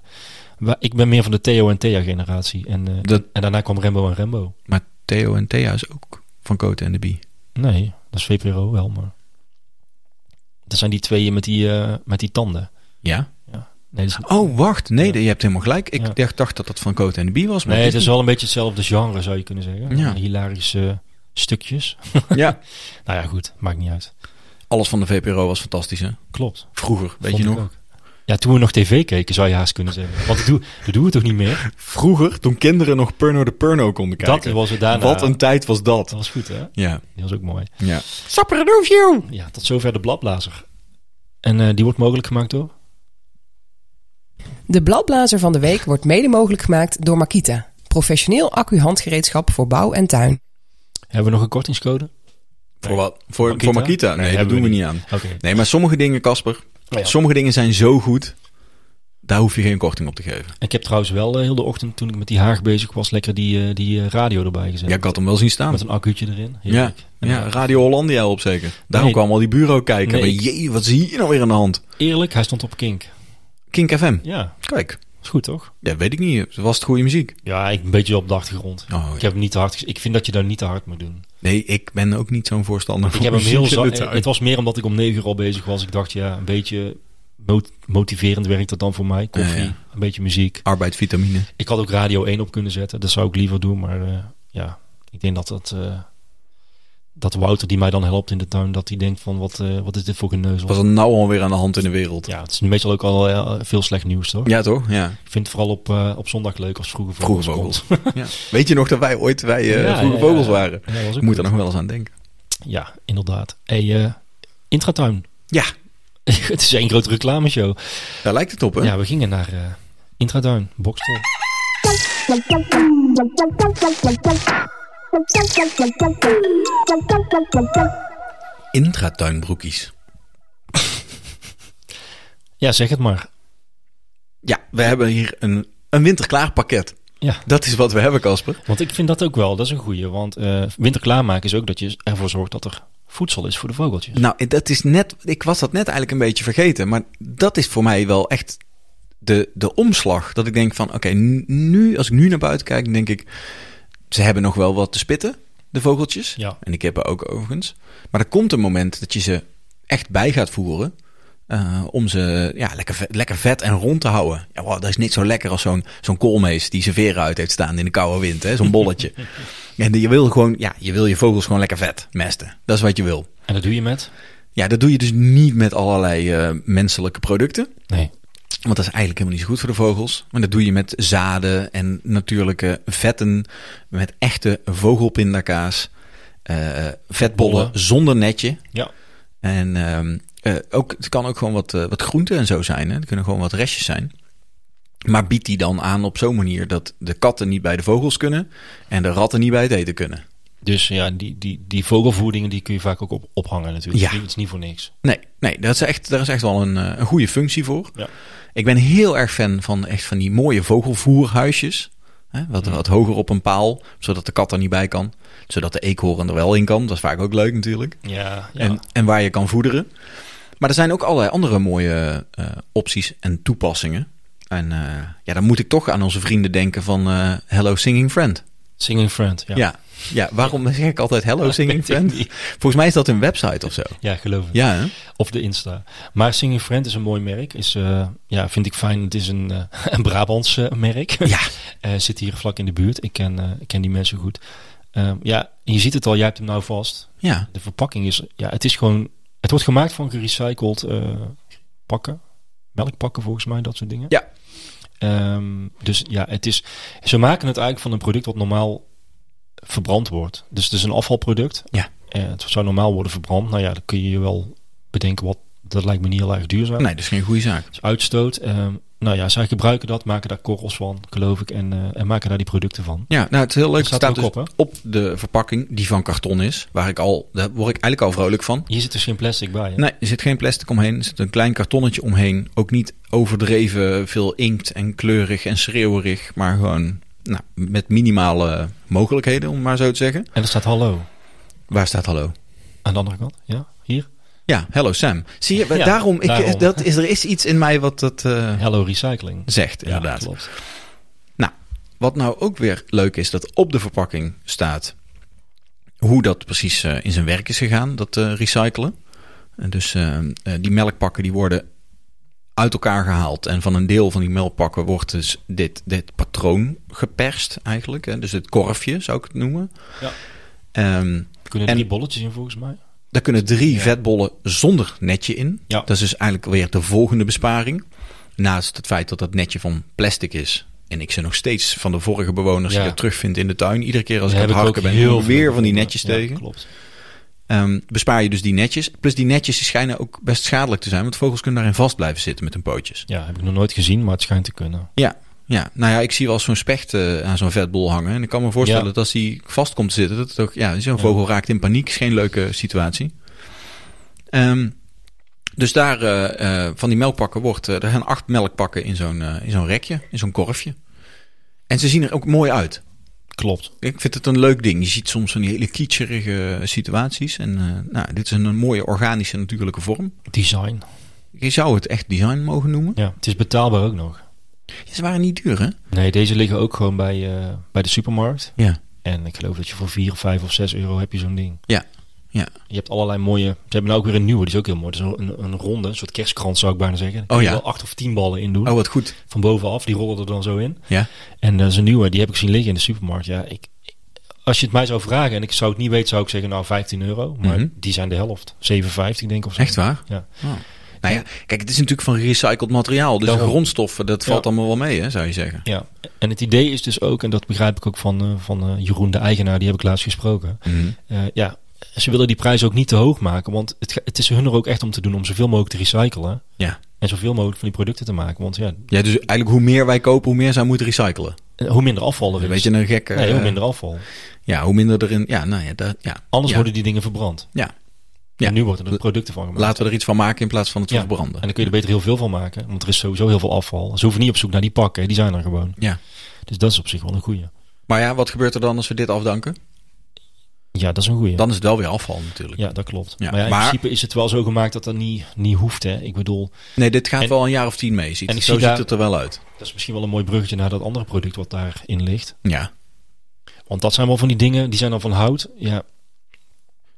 Speaker 3: wa- ik ben meer van de Theo en Thea generatie. En, eh,
Speaker 2: Dat-
Speaker 3: en daarna kwam Rembo en Rembo.
Speaker 2: Maar Theo en Thea is ook van Cote en de Bie.
Speaker 3: Nee, dat is VPRO wel, maar... Dat zijn die tweeën met die, eh, met die tanden.
Speaker 2: Ja?
Speaker 3: Nee, dat is
Speaker 2: Oh, wacht. Nee, je hebt helemaal gelijk. Ik
Speaker 3: Ja.
Speaker 2: dacht, dacht dat dat van Cote en de Bie was. Maar
Speaker 3: Nee, het
Speaker 2: dit
Speaker 3: is wel een beetje hetzelfde genre, zou je kunnen zeggen.
Speaker 2: Ja.
Speaker 3: Hilarische stukjes. <laughs>
Speaker 2: niet. Ja,
Speaker 3: Nou ja, goed, maakt niet uit.
Speaker 2: alles van de VPRO was fantastisch, hè?
Speaker 3: Klopt.
Speaker 2: Vroeger, weet
Speaker 3: Vond
Speaker 2: je
Speaker 3: ik
Speaker 2: nog?
Speaker 3: ook. Ja, toen we nog tv keken, zou je haast kunnen zeggen. Want dat doen, dat doen we toch niet
Speaker 2: <laughs>
Speaker 3: meer?
Speaker 2: Vroeger, toen kinderen nog Purno de Purno konden
Speaker 3: Dat was nou het daarna.
Speaker 2: Wat een tijd was dat.
Speaker 3: Dat was goed, hè?
Speaker 2: Ja,
Speaker 3: Die was ook mooi.
Speaker 2: ja.
Speaker 3: Ja, tot zover de bladblazer. En eh, die wordt mogelijk gemaakt door?
Speaker 1: De bladblazer van de week wordt mede mogelijk gemaakt door Makita. Professioneel accu-handgereedschap voor bouw en tuin.
Speaker 3: Hebben we nog een kortingscode?
Speaker 2: Voor wat? Voor
Speaker 3: Makita?
Speaker 2: Makita? Voor Makita? Nee,
Speaker 3: Nee,
Speaker 2: dat
Speaker 3: hebben
Speaker 2: doen we
Speaker 3: we
Speaker 2: niet aan.
Speaker 3: Oké.
Speaker 2: Nee, maar sommige dingen, Casper,
Speaker 3: Ja.
Speaker 2: sommige dingen zijn zo goed, daar hoef je geen korting op te geven.
Speaker 3: Ik heb trouwens wel eh, heel de ochtend, toen ik met die haag bezig was, lekker die, eh, die eh, radio erbij gezet.
Speaker 2: Ja, ik had hem wel zien staan.
Speaker 3: Met een accuutje erin.
Speaker 2: Ja,
Speaker 3: Heerlijk. En
Speaker 2: ja, Radio Hollandia op zeker. Daarom
Speaker 3: Nee.
Speaker 2: kwam al die bureau kijken.
Speaker 3: Nee.
Speaker 2: Maar jee, wat zie je nou weer aan de hand?
Speaker 3: Eerlijk, hij stond op kink.
Speaker 2: Kink FM.
Speaker 3: Ja,
Speaker 2: Kijk,
Speaker 3: is goed toch?
Speaker 2: ja, weet ik niet. Het was het goede muziek.
Speaker 3: Ja, ik een beetje op de achtergrond.
Speaker 2: Oh, ja.
Speaker 3: Ik heb hem niet te hard. ges- Ik vind dat je daar niet te hard moet doen.
Speaker 2: Nee, ik ben ook niet zo'n voorstander
Speaker 3: Ik
Speaker 2: van <laughs>
Speaker 3: heb hem
Speaker 2: muziek
Speaker 3: heel
Speaker 2: in
Speaker 3: za-
Speaker 2: de
Speaker 3: eh,
Speaker 2: tuin.
Speaker 3: Het was meer omdat ik om negen uur al bezig was. Ik dacht, ja, een beetje mot- motiverend werkt dat dan voor mij. Koffie,
Speaker 2: Ja, ja.
Speaker 3: een beetje muziek.
Speaker 2: Arbeid, vitamine.
Speaker 3: Ik had ook Radio 1 op kunnen zetten. Dat zou ik liever doen. Maar eh, ja, ik denk dat dat... eh, dat Wouter die mij dan helpt in de tuin, dat hij denkt van wat, eh, wat is dit voor geneuzel?
Speaker 2: Was er nou alweer aan de hand in de wereld? Ja,
Speaker 3: Ja, het is nu meestal ook al eh, veel slecht nieuws, toch?
Speaker 2: toch?
Speaker 3: <laughs>
Speaker 2: Ja.
Speaker 3: Ik vind het vooral op, eh, op zondag leuk als vroege
Speaker 2: Vroege
Speaker 3: vogels.
Speaker 2: vogels.
Speaker 3: komt. <laughs>
Speaker 2: ja. Weet je nog dat wij ooit wij eh,
Speaker 3: Ja,
Speaker 2: vroege
Speaker 3: ja,
Speaker 2: vogels
Speaker 3: ja.
Speaker 2: waren?
Speaker 3: Ja, dat was ook
Speaker 2: Ik moet
Speaker 3: goed.
Speaker 2: er nog wel eens aan denken.
Speaker 3: Ja, inderdaad. Hey, eh, Intratuin. <laughs>
Speaker 2: Ja,
Speaker 3: het is één grote reclameshow.
Speaker 2: daar lijkt het op, hè?
Speaker 3: Ja, we gingen naar eh, Intratuin, Bokstel.
Speaker 2: Intratuinbroekies.
Speaker 3: Ja, zeg het maar.
Speaker 2: Ja, we hebben hier een, een winterklaar pakket.
Speaker 3: Ja,
Speaker 2: Dat is wat we hebben, Casper.
Speaker 3: want ik vind dat ook wel. Dat is een goeie. Want eh winter klaarmaken is ook dat je ervoor zorgt dat er voedsel is voor de vogeltjes.
Speaker 2: Nou, dat is net, ik was dat net eigenlijk een beetje vergeten. Maar dat is voor mij wel echt de, de omslag. Dat ik denk van, oké, n- nu, als ik nu naar buiten kijk, dan denk ik... Ze hebben nog wel wat te spitten, de vogeltjes.
Speaker 3: Ja.
Speaker 2: En de kippen ook overigens. Maar er komt een moment dat je ze echt bij gaat voeren. eh, om ze ja, lekker, vet, lekker vet en rond te houden. Ja, wow, dat is niet zo lekker als zo'n zo'n koolmees die zijn veren uit heeft staan in de koude wind. hè, Zo'n bolletje. en je wil, gewoon, ja, je wil je vogels gewoon lekker vet mesten. Dat is wat je wil.
Speaker 3: En dat doe je met?
Speaker 2: Ja, dat doe je dus niet met allerlei eh, menselijke producten.
Speaker 3: Nee.
Speaker 2: Want dat is eigenlijk helemaal niet zo goed voor de vogels. Maar dat doe je met zaden en natuurlijke vetten. Met echte vogelpindakaas. eh, vetbollen
Speaker 3: Bollen.
Speaker 2: zonder netje.
Speaker 3: Ja.
Speaker 2: En ehm, eh, ook, het kan ook gewoon wat, eh, wat groenten en zo zijn. Hè? Het kunnen gewoon wat restjes zijn. Maar biedt die dan aan op zo'n manier dat de katten niet bij de vogels kunnen. En de ratten niet bij het eten kunnen.
Speaker 3: Dus ja, die, die, die vogelvoedingen die kun je vaak ook op, ophangen natuurlijk.
Speaker 2: Ja.
Speaker 3: Het is niet voor niks.
Speaker 2: Nee, nee dat is echt, daar is echt wel een, eh, een goede functie voor.
Speaker 3: Ja.
Speaker 2: Ik ben heel erg fan van, echt van die mooie vogelvoerhuisjes. Hè, wat,
Speaker 3: Mhm.
Speaker 2: wat hoger op een paal, zodat de kat er niet bij kan. Zodat de eekhoorn er wel in kan. Dat is vaak ook leuk natuurlijk.
Speaker 3: Ja, ja.
Speaker 2: En, en waar je kan voederen. Maar er zijn ook allerlei andere mooie eh, opties en toepassingen. En eh, ja, dan moet ik toch aan onze vrienden denken van eh, Hello Singing Friend.
Speaker 3: Singing Friend. Ja.
Speaker 2: Ja. Ja, waarom zeg ik altijd Hello Singing Friend? Volgens mij is dat een website of zo.
Speaker 3: Ja, geloof ik.
Speaker 2: Ja, hè?
Speaker 3: Of de Insta. Maar Singing Friend is een mooi merk. Is, eh, ja, vind ik fijn. Het is een, eh, <laughs> een Brabants eh, merk.
Speaker 2: Ja.
Speaker 3: <laughs> Eh, zit hier vlak in de buurt. Ik ken, eh, ik ken die mensen goed. Eh, ja, je ziet het al. Jij hebt hem nou vast.
Speaker 2: Ja.
Speaker 3: De verpakking is... Ja, het is gewoon... Het wordt gemaakt van gerecycled eh, pakken. Melkpakken volgens mij, dat soort dingen.
Speaker 2: Ja.
Speaker 3: Ehm, dus ja, het is... Ze maken het eigenlijk van een product wat normaal verbrand wordt. Dus het is een afvalproduct.
Speaker 2: Ja.
Speaker 3: Eh, het zou normaal worden verbrand. Nou ja, dan kun je je wel bedenken wat... Dat lijkt me niet heel erg duurzaam.
Speaker 2: Nee, dat is geen goede zaak.
Speaker 3: Het is uitstoot. Ehm, nou ja, zij gebruiken dat, maken daar korrels van, geloof ik. En, eh, en maken daar die producten van.
Speaker 2: Ja, nou, het is heel leuk. Het
Speaker 3: Staat
Speaker 2: staat
Speaker 3: er
Speaker 2: dus
Speaker 3: ook
Speaker 2: op, de verpakking, die van karton is, waar ik al, daar word ik eigenlijk al vrolijk van.
Speaker 3: Hier zit dus geen plastic bij. Hè?
Speaker 2: Nee, er zit geen plastic omheen. Er zit een klein kartonnetje omheen. Ook niet overdreven veel inkt en kleurig en schreeuwerig. Maar gewoon nou, met minimale mogelijkheden, om het maar zo te zeggen.
Speaker 3: En er staat hallo.
Speaker 2: Waar staat hallo?
Speaker 3: Aan de andere kant. Ja, hier.
Speaker 2: Ja, hello Sam. Zie je,
Speaker 3: Ja,
Speaker 2: daarom, ik,
Speaker 3: daarom.
Speaker 2: Dat is, er is iets in mij wat dat eh,
Speaker 3: Hello Recycling.
Speaker 2: zegt, inderdaad.
Speaker 3: Ja, klopt.
Speaker 2: Wat nou ook weer leuk is, dat op de verpakking staat hoe dat precies eh, in zijn werk is gegaan, dat eh, recyclen. En dus eh, eh, die melkpakken die worden uit elkaar gehaald. En van een deel van die melkpakken wordt dus dit, dit patroon geperst eigenlijk. Hè? Dus het korfje zou ik het noemen.
Speaker 3: Ja.
Speaker 2: Ehm,
Speaker 3: Er kunnen
Speaker 2: En-
Speaker 3: drie bolletjes in volgens mij.
Speaker 2: daar kunnen drie
Speaker 3: Ja.
Speaker 2: vetbollen zonder netje in.
Speaker 3: Ja.
Speaker 2: Dat is dus eigenlijk weer de volgende besparing. Naast het feit dat dat netje van plastic is. En ik ze nog steeds van de vorige bewoners
Speaker 3: Ja.
Speaker 2: weer terugvind in de tuin. Iedere keer als
Speaker 3: Daar
Speaker 2: ik aan het
Speaker 3: heb
Speaker 2: harken ben, kom ik
Speaker 3: veel
Speaker 2: weer van die netjes
Speaker 3: ja,
Speaker 2: tegen.
Speaker 3: klopt.
Speaker 2: Ehm, bespaar je dus die netjes. Plus die netjes die schijnen ook best schadelijk te zijn. Want vogels kunnen daarin vast blijven zitten met hun pootjes.
Speaker 3: Ja, heb ik nog nooit gezien, maar het schijnt te kunnen.
Speaker 2: Ja, ja. nou ja, ik zie wel eens zo'n specht eh, aan zo'n vetbol hangen. En ik kan me voorstellen
Speaker 3: Ja.
Speaker 2: dat als die vast komt te zitten, dat het ook, ja, zo'n vogel raakt in paniek. Is geen leuke situatie. Ehm, dus daar eh, eh, van die melkpakken wordt, eh, er zijn acht melkpakken in zo'n eh, in zo'n rekje, in zo'n korfje. En ze zien er ook mooi uit.
Speaker 3: Klopt.
Speaker 2: Ik vind het een leuk ding. Je ziet soms van die hele kietserige situaties. En eh, nou, dit is een, een mooie organische natuurlijke vorm.
Speaker 3: Design.
Speaker 2: Je zou het echt design mogen noemen.
Speaker 3: Ja, het is betaalbaar ook nog.
Speaker 2: Ze waren niet duur, hè?
Speaker 3: Nee, deze liggen ook gewoon bij, eh, bij de supermarkt.
Speaker 2: Ja.
Speaker 3: En ik geloof dat je voor 4, 5 of 6 euro heb je zo'n ding.
Speaker 2: Ja, ja.
Speaker 3: Je hebt allerlei mooie... Ze hebben nou ook weer een nieuwe, die is ook heel mooi. Dat is een, een ronde, een soort kerstkrans zou ik bijna zeggen. Daar kun
Speaker 2: Oh
Speaker 3: je
Speaker 2: ja.
Speaker 3: wel acht of tien ballen in doen.
Speaker 2: Oh, wat goed.
Speaker 3: Van bovenaf, die rollen er dan zo in.
Speaker 2: Ja.
Speaker 3: En eh, zo'n nieuwe, die heb ik zien liggen in de supermarkt. Ja, ik, ik- als je het mij zou vragen en ik zou het niet weten, zou ik zeggen nou 15 euro. Maar
Speaker 2: Mhm.
Speaker 3: die zijn de helft. 7,50 denk ik of zo.
Speaker 2: Echt waar?
Speaker 3: Ja.
Speaker 2: Oh. Nou ja, kijk, het is natuurlijk van gerecycled materiaal. Dus
Speaker 3: Daarom.
Speaker 2: grondstoffen, dat valt
Speaker 3: Ja.
Speaker 2: allemaal wel mee, hè, zou je zeggen.
Speaker 3: Ja, en het idee is dus ook, en dat begrijp ik ook van, eh, van eh, Jeroen de eigenaar, die heb ik laatst gesproken.
Speaker 2: Mhm.
Speaker 3: Eh, ja, ze willen die prijs ook niet te hoog maken, want het, ga- het is hun er ook echt om te doen om zoveel mogelijk te recyclen
Speaker 2: Ja.
Speaker 3: en zoveel mogelijk van die producten te maken. Want ja,
Speaker 2: ja, dus eigenlijk hoe meer wij kopen, hoe meer zij moeten recyclen.
Speaker 3: eh, hoe minder afval er
Speaker 2: Een
Speaker 3: is,
Speaker 2: beetje een gekke...
Speaker 3: nee, hoe
Speaker 2: eh,
Speaker 3: minder afval.
Speaker 2: Ja, hoe minder erin... Ja, nou ja, dat, ja.
Speaker 3: Anders
Speaker 2: Ja.
Speaker 3: worden die dingen verbrand.
Speaker 2: Ja.
Speaker 3: Ja.
Speaker 2: Ja.
Speaker 3: En nu worden er producten van gemaakt.
Speaker 2: Laten we er iets van maken in plaats van het te
Speaker 3: Ja,
Speaker 2: verbranden.
Speaker 3: En dan kun je er beter heel veel van maken, want er is sowieso heel veel afval. Ze hoeven niet op zoek naar die pakken, die zijn er gewoon.
Speaker 2: Ja.
Speaker 3: Dus dat is op zich wel een goeie.
Speaker 2: Maar ja, wat gebeurt er dan als we dit afdanken?
Speaker 3: Ja, dat is een goeie.
Speaker 2: Dan is het wel weer afval natuurlijk.
Speaker 3: ja, dat klopt.
Speaker 2: Ja,
Speaker 3: maar ja, in
Speaker 2: maar-
Speaker 3: principe is het wel zo gemaakt dat dat niet, niet hoeft. Hè. Ik bedoel,
Speaker 2: Nee, dit gaat
Speaker 3: En-
Speaker 2: wel een jaar of tien mee. Ziet.
Speaker 3: en
Speaker 2: En
Speaker 3: ik
Speaker 2: Zo
Speaker 3: zie
Speaker 2: ziet
Speaker 3: daar-
Speaker 2: het er wel uit.
Speaker 3: dat is misschien wel een mooi bruggetje naar dat andere product wat daarin ligt.
Speaker 2: Ja.
Speaker 3: Want dat zijn wel van die dingen, die zijn dan van hout. Ja,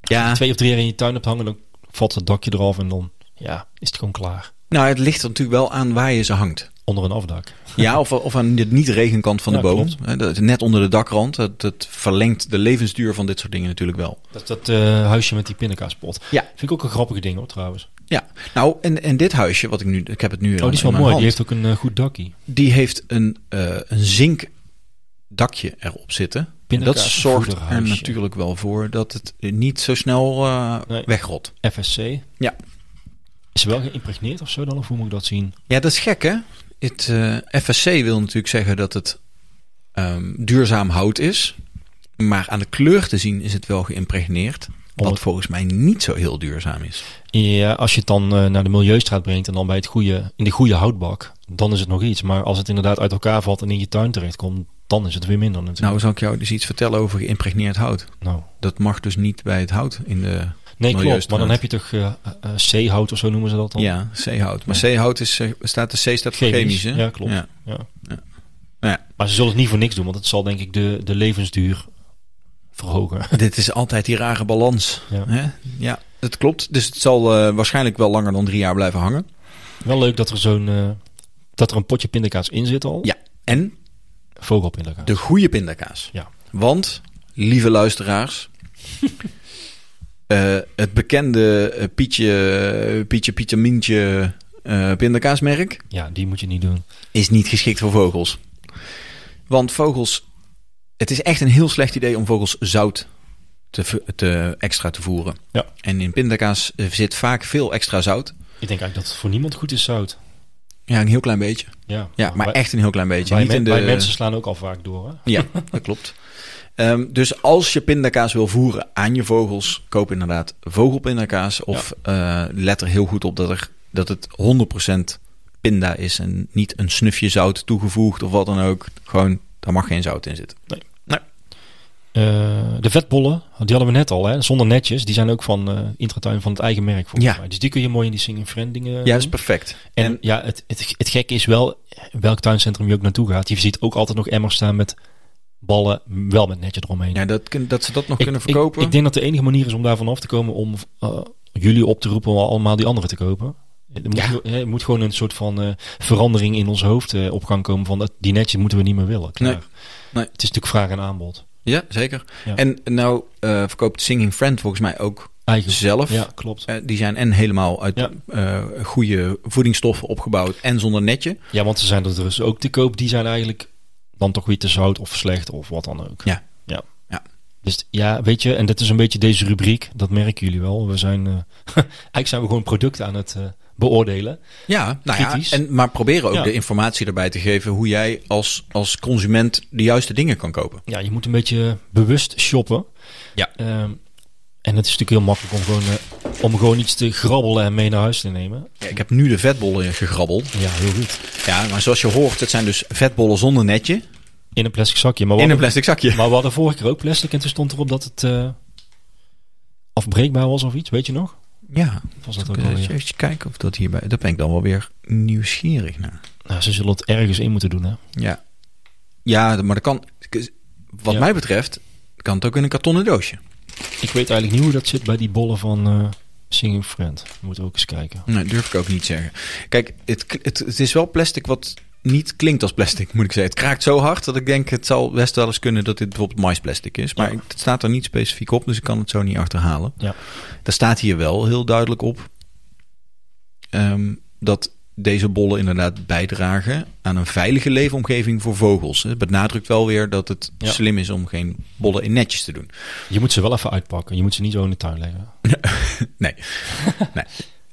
Speaker 2: Ja,
Speaker 3: twee of drie jaar in je tuin hebt hangen, dan valt het dakje eraf en dan ja, is het gewoon klaar.
Speaker 2: nou het ligt er natuurlijk wel aan waar je ze hangt.
Speaker 3: Onder een afdak.
Speaker 2: Ja, of, of aan de niet-regenkant van de
Speaker 3: Ja,
Speaker 2: boom.
Speaker 3: klopt.
Speaker 2: Hè, dat- Net onder de dakrand. Dat, dat verlengt de levensduur van dit soort dingen natuurlijk wel.
Speaker 3: Dat, dat eh, huisje met die pindakaaspot.
Speaker 2: Ja.
Speaker 3: Vind ik ook een grappige ding hoor trouwens.
Speaker 2: Ja, nou, en, en dit huisje, wat ik nu, ik heb het nu
Speaker 3: Oh, die is wel mooi. Die heeft ook een eh, goed dakkie.
Speaker 2: die heeft een, eh een zinkdakje erop zitten. En dat
Speaker 3: Pindakaas-
Speaker 2: zorgt er
Speaker 3: voederhuisje.
Speaker 2: natuurlijk wel voor dat het niet zo snel eh,
Speaker 3: Nee.
Speaker 2: wegrot.
Speaker 3: FSC.
Speaker 2: Ja.
Speaker 3: Is ze wel geïmpregneerd of zo dan? Of hoe moet ik dat zien?
Speaker 2: Ja, dat is gek, hè? Het eh, FSC wil natuurlijk zeggen dat het ehm, duurzaam hout is. Maar aan de kleur te zien is het wel geïmpregneerd. Wat
Speaker 3: Honderd-
Speaker 2: volgens mij niet zo heel duurzaam is.
Speaker 3: Ja, als je het dan eh, naar de milieustraat brengt en dan bij het goede, in de goede houtbak, dan is het nog iets. Maar als het inderdaad uit elkaar valt en in je tuin terechtkomt, dan is het weer minder natuurlijk.
Speaker 2: Nou, zal ik jou dus iets vertellen over geïmpregneerd hout.
Speaker 3: Nou,
Speaker 2: Dat mag dus niet bij het hout in de
Speaker 3: Nee, klopt. Maar
Speaker 2: Milieustraat.
Speaker 3: dan heb je toch eh, eh, C-hout of zo noemen ze dat dan?
Speaker 2: Ja, C-hout. Maar C-hout is, eh, staat de C staat voor
Speaker 3: Chemisch.
Speaker 2: chemisch, hè?
Speaker 3: Ja, klopt.
Speaker 2: Ja.
Speaker 3: Ja.
Speaker 2: Ja. Nou
Speaker 3: Maar ze zullen het niet voor niks doen, want het zal denk ik de, de levensduur verhogen.
Speaker 2: Dit is altijd die rare balans.
Speaker 3: Ja.
Speaker 2: Hè? ja, dat klopt. Dus het zal eh, waarschijnlijk wel langer dan drie jaar blijven hangen.
Speaker 3: Wel leuk dat er zo'n eh, dat er een potje pindakaas in zit al.
Speaker 2: Ja, en
Speaker 3: Vogelpindakaas.
Speaker 2: de goede pindakaas.
Speaker 3: Ja.
Speaker 2: Want, lieve
Speaker 3: <laughs>
Speaker 2: luisteraars, eh, het bekende eh, Pietje, Pietje, Pietje, Mientje eh, pindakaasmerk
Speaker 3: Ja, die moet je niet doen.
Speaker 2: is niet geschikt voor vogels. Want vogels, het is echt een heel slecht idee om vogels zout te, v- te extra te voeren.
Speaker 3: Ja.
Speaker 2: En in pindakaas eh, zit vaak veel extra zout.
Speaker 3: Ik denk eigenlijk dat het voor niemand goed is zout.
Speaker 2: Ja, een heel klein beetje.
Speaker 3: Ja,
Speaker 2: Ja, maar
Speaker 3: wij-
Speaker 2: echt een heel klein beetje.
Speaker 3: wij
Speaker 2: Niet
Speaker 3: men-
Speaker 2: in de...
Speaker 3: wij mensen slaan ook al vaak door. Hè?
Speaker 2: Ja, dat klopt. Ehm, dus als je pindakaas wil voeren aan je vogels, koop inderdaad vogelpindakaas. Of eh, let er heel goed op dat, er, dat het 100% pinda is en niet een snufje zout toegevoegd of wat dan ook. Gewoon, daar mag geen zout in zitten.
Speaker 3: Eh, de vetbollen, die hadden we net al, hè? zonder netjes. Die zijn ook van eh Intratuin van het eigen merk volgens
Speaker 2: Ja.
Speaker 3: mij. Dus die kun je mooi in die singing friend dingen eh,
Speaker 2: Ja, dat is
Speaker 3: doen.
Speaker 2: perfect.
Speaker 3: En,
Speaker 2: Mhm. En
Speaker 3: ja, het, het, het gekke is wel, welk tuincentrum je ook naartoe gaat, je ziet ook altijd nog emmers staan met ballen, wel met netje eromheen.
Speaker 2: ja, dat, kun- dat ze dat nog kunnen
Speaker 3: ik,
Speaker 2: verkopen.
Speaker 3: ik denk dat de enige manier is om daar vanaf te komen om eh, jullie op te roepen om allemaal die anderen te kopen. Er moet,
Speaker 2: Ja.
Speaker 3: hè, er moet gewoon een soort van eh, verandering in ons hoofd eh, op gang komen van dat, die netjes moeten we niet meer willen. Klaar.
Speaker 2: Nee. Nee.
Speaker 3: Het is natuurlijk vraag en aanbod.
Speaker 2: Ja, zeker.
Speaker 3: Ja.
Speaker 2: En nou eh, verkoopt Singing Friend volgens mij ook
Speaker 3: Eigen.
Speaker 2: zelf.
Speaker 3: Ja, klopt.
Speaker 2: Eh, die zijn en helemaal uit
Speaker 3: Ja.
Speaker 2: eh, goede voedingsstoffen opgebouwd en zonder netje.
Speaker 3: Ja, want ze zijn er dus ook te koop. Die zijn eigenlijk dan toch weer te zout of slecht of wat dan ook.
Speaker 2: Ja.
Speaker 3: Ja.
Speaker 2: Ja.
Speaker 3: Dus t- ja, weet je, en dat is een beetje deze rubriek. Dat merken jullie wel. We zijn, eh, <laughs> eigenlijk zijn we gewoon producten aan het eh, beoordelen.
Speaker 2: Ja, nou ja,
Speaker 3: Kritisch.
Speaker 2: en, maar proberen ook
Speaker 3: Ja.
Speaker 2: de informatie erbij te geven hoe jij als, als consument de juiste dingen kan kopen.
Speaker 3: Ja, je moet een beetje bewust shoppen.
Speaker 2: Ja.
Speaker 3: Ehm, en het is natuurlijk heel makkelijk om gewoon, eh, om gewoon iets te grabbelen en mee naar huis te nemen.
Speaker 2: Ja, ik heb nu de vetbollen gegrabbeld.
Speaker 3: Ja, heel goed.
Speaker 2: Ja, maar zoals je hoort, het zijn dus vetbollen zonder netje
Speaker 3: In een plastic zakje. Maar we,
Speaker 2: in een
Speaker 3: hadden,
Speaker 2: plastic zakje.
Speaker 3: maar we hadden vorige keer ook plastic en toen stond erop dat het eh, afbreekbaar was of iets. Weet je nog?
Speaker 2: Ja,
Speaker 3: Of Was dat ook
Speaker 2: Kun je
Speaker 3: alweer?
Speaker 2: even kijken of dat hierbij... Daar ben ik dan wel weer nieuwsgierig naar.
Speaker 3: Nou, ze zullen het ergens in moeten doen, hè?
Speaker 2: Ja, ja maar dat kan... Wat
Speaker 3: Ja.
Speaker 2: mij betreft kan het ook in een kartonnen doosje.
Speaker 3: Ik weet eigenlijk niet hoe dat zit bij die bollen van eh, Singing Friend. Moet ook eens kijken.
Speaker 2: Nee, durf ik ook niet zeggen. Kijk, het, k- het, het is wel plastic wat niet klinkt als plastic, moet ik zeggen. Het kraakt zo hard dat ik denk, het zal best wel eens kunnen dat dit bijvoorbeeld maisplastic is. Maar
Speaker 3: Ja.
Speaker 2: het staat er niet specifiek op, dus ik kan het zo niet achterhalen.
Speaker 3: Ja.
Speaker 2: Daar staat hier wel heel duidelijk op ehm, dat deze bollen inderdaad bijdragen aan een veilige leefomgeving voor vogels. Het benadrukt wel weer dat het
Speaker 3: Ja.
Speaker 2: slim is om geen bollen in netjes te doen.
Speaker 3: Je moet ze wel even uitpakken. Je moet ze niet zo in de tuin leggen.
Speaker 2: Nee. nee.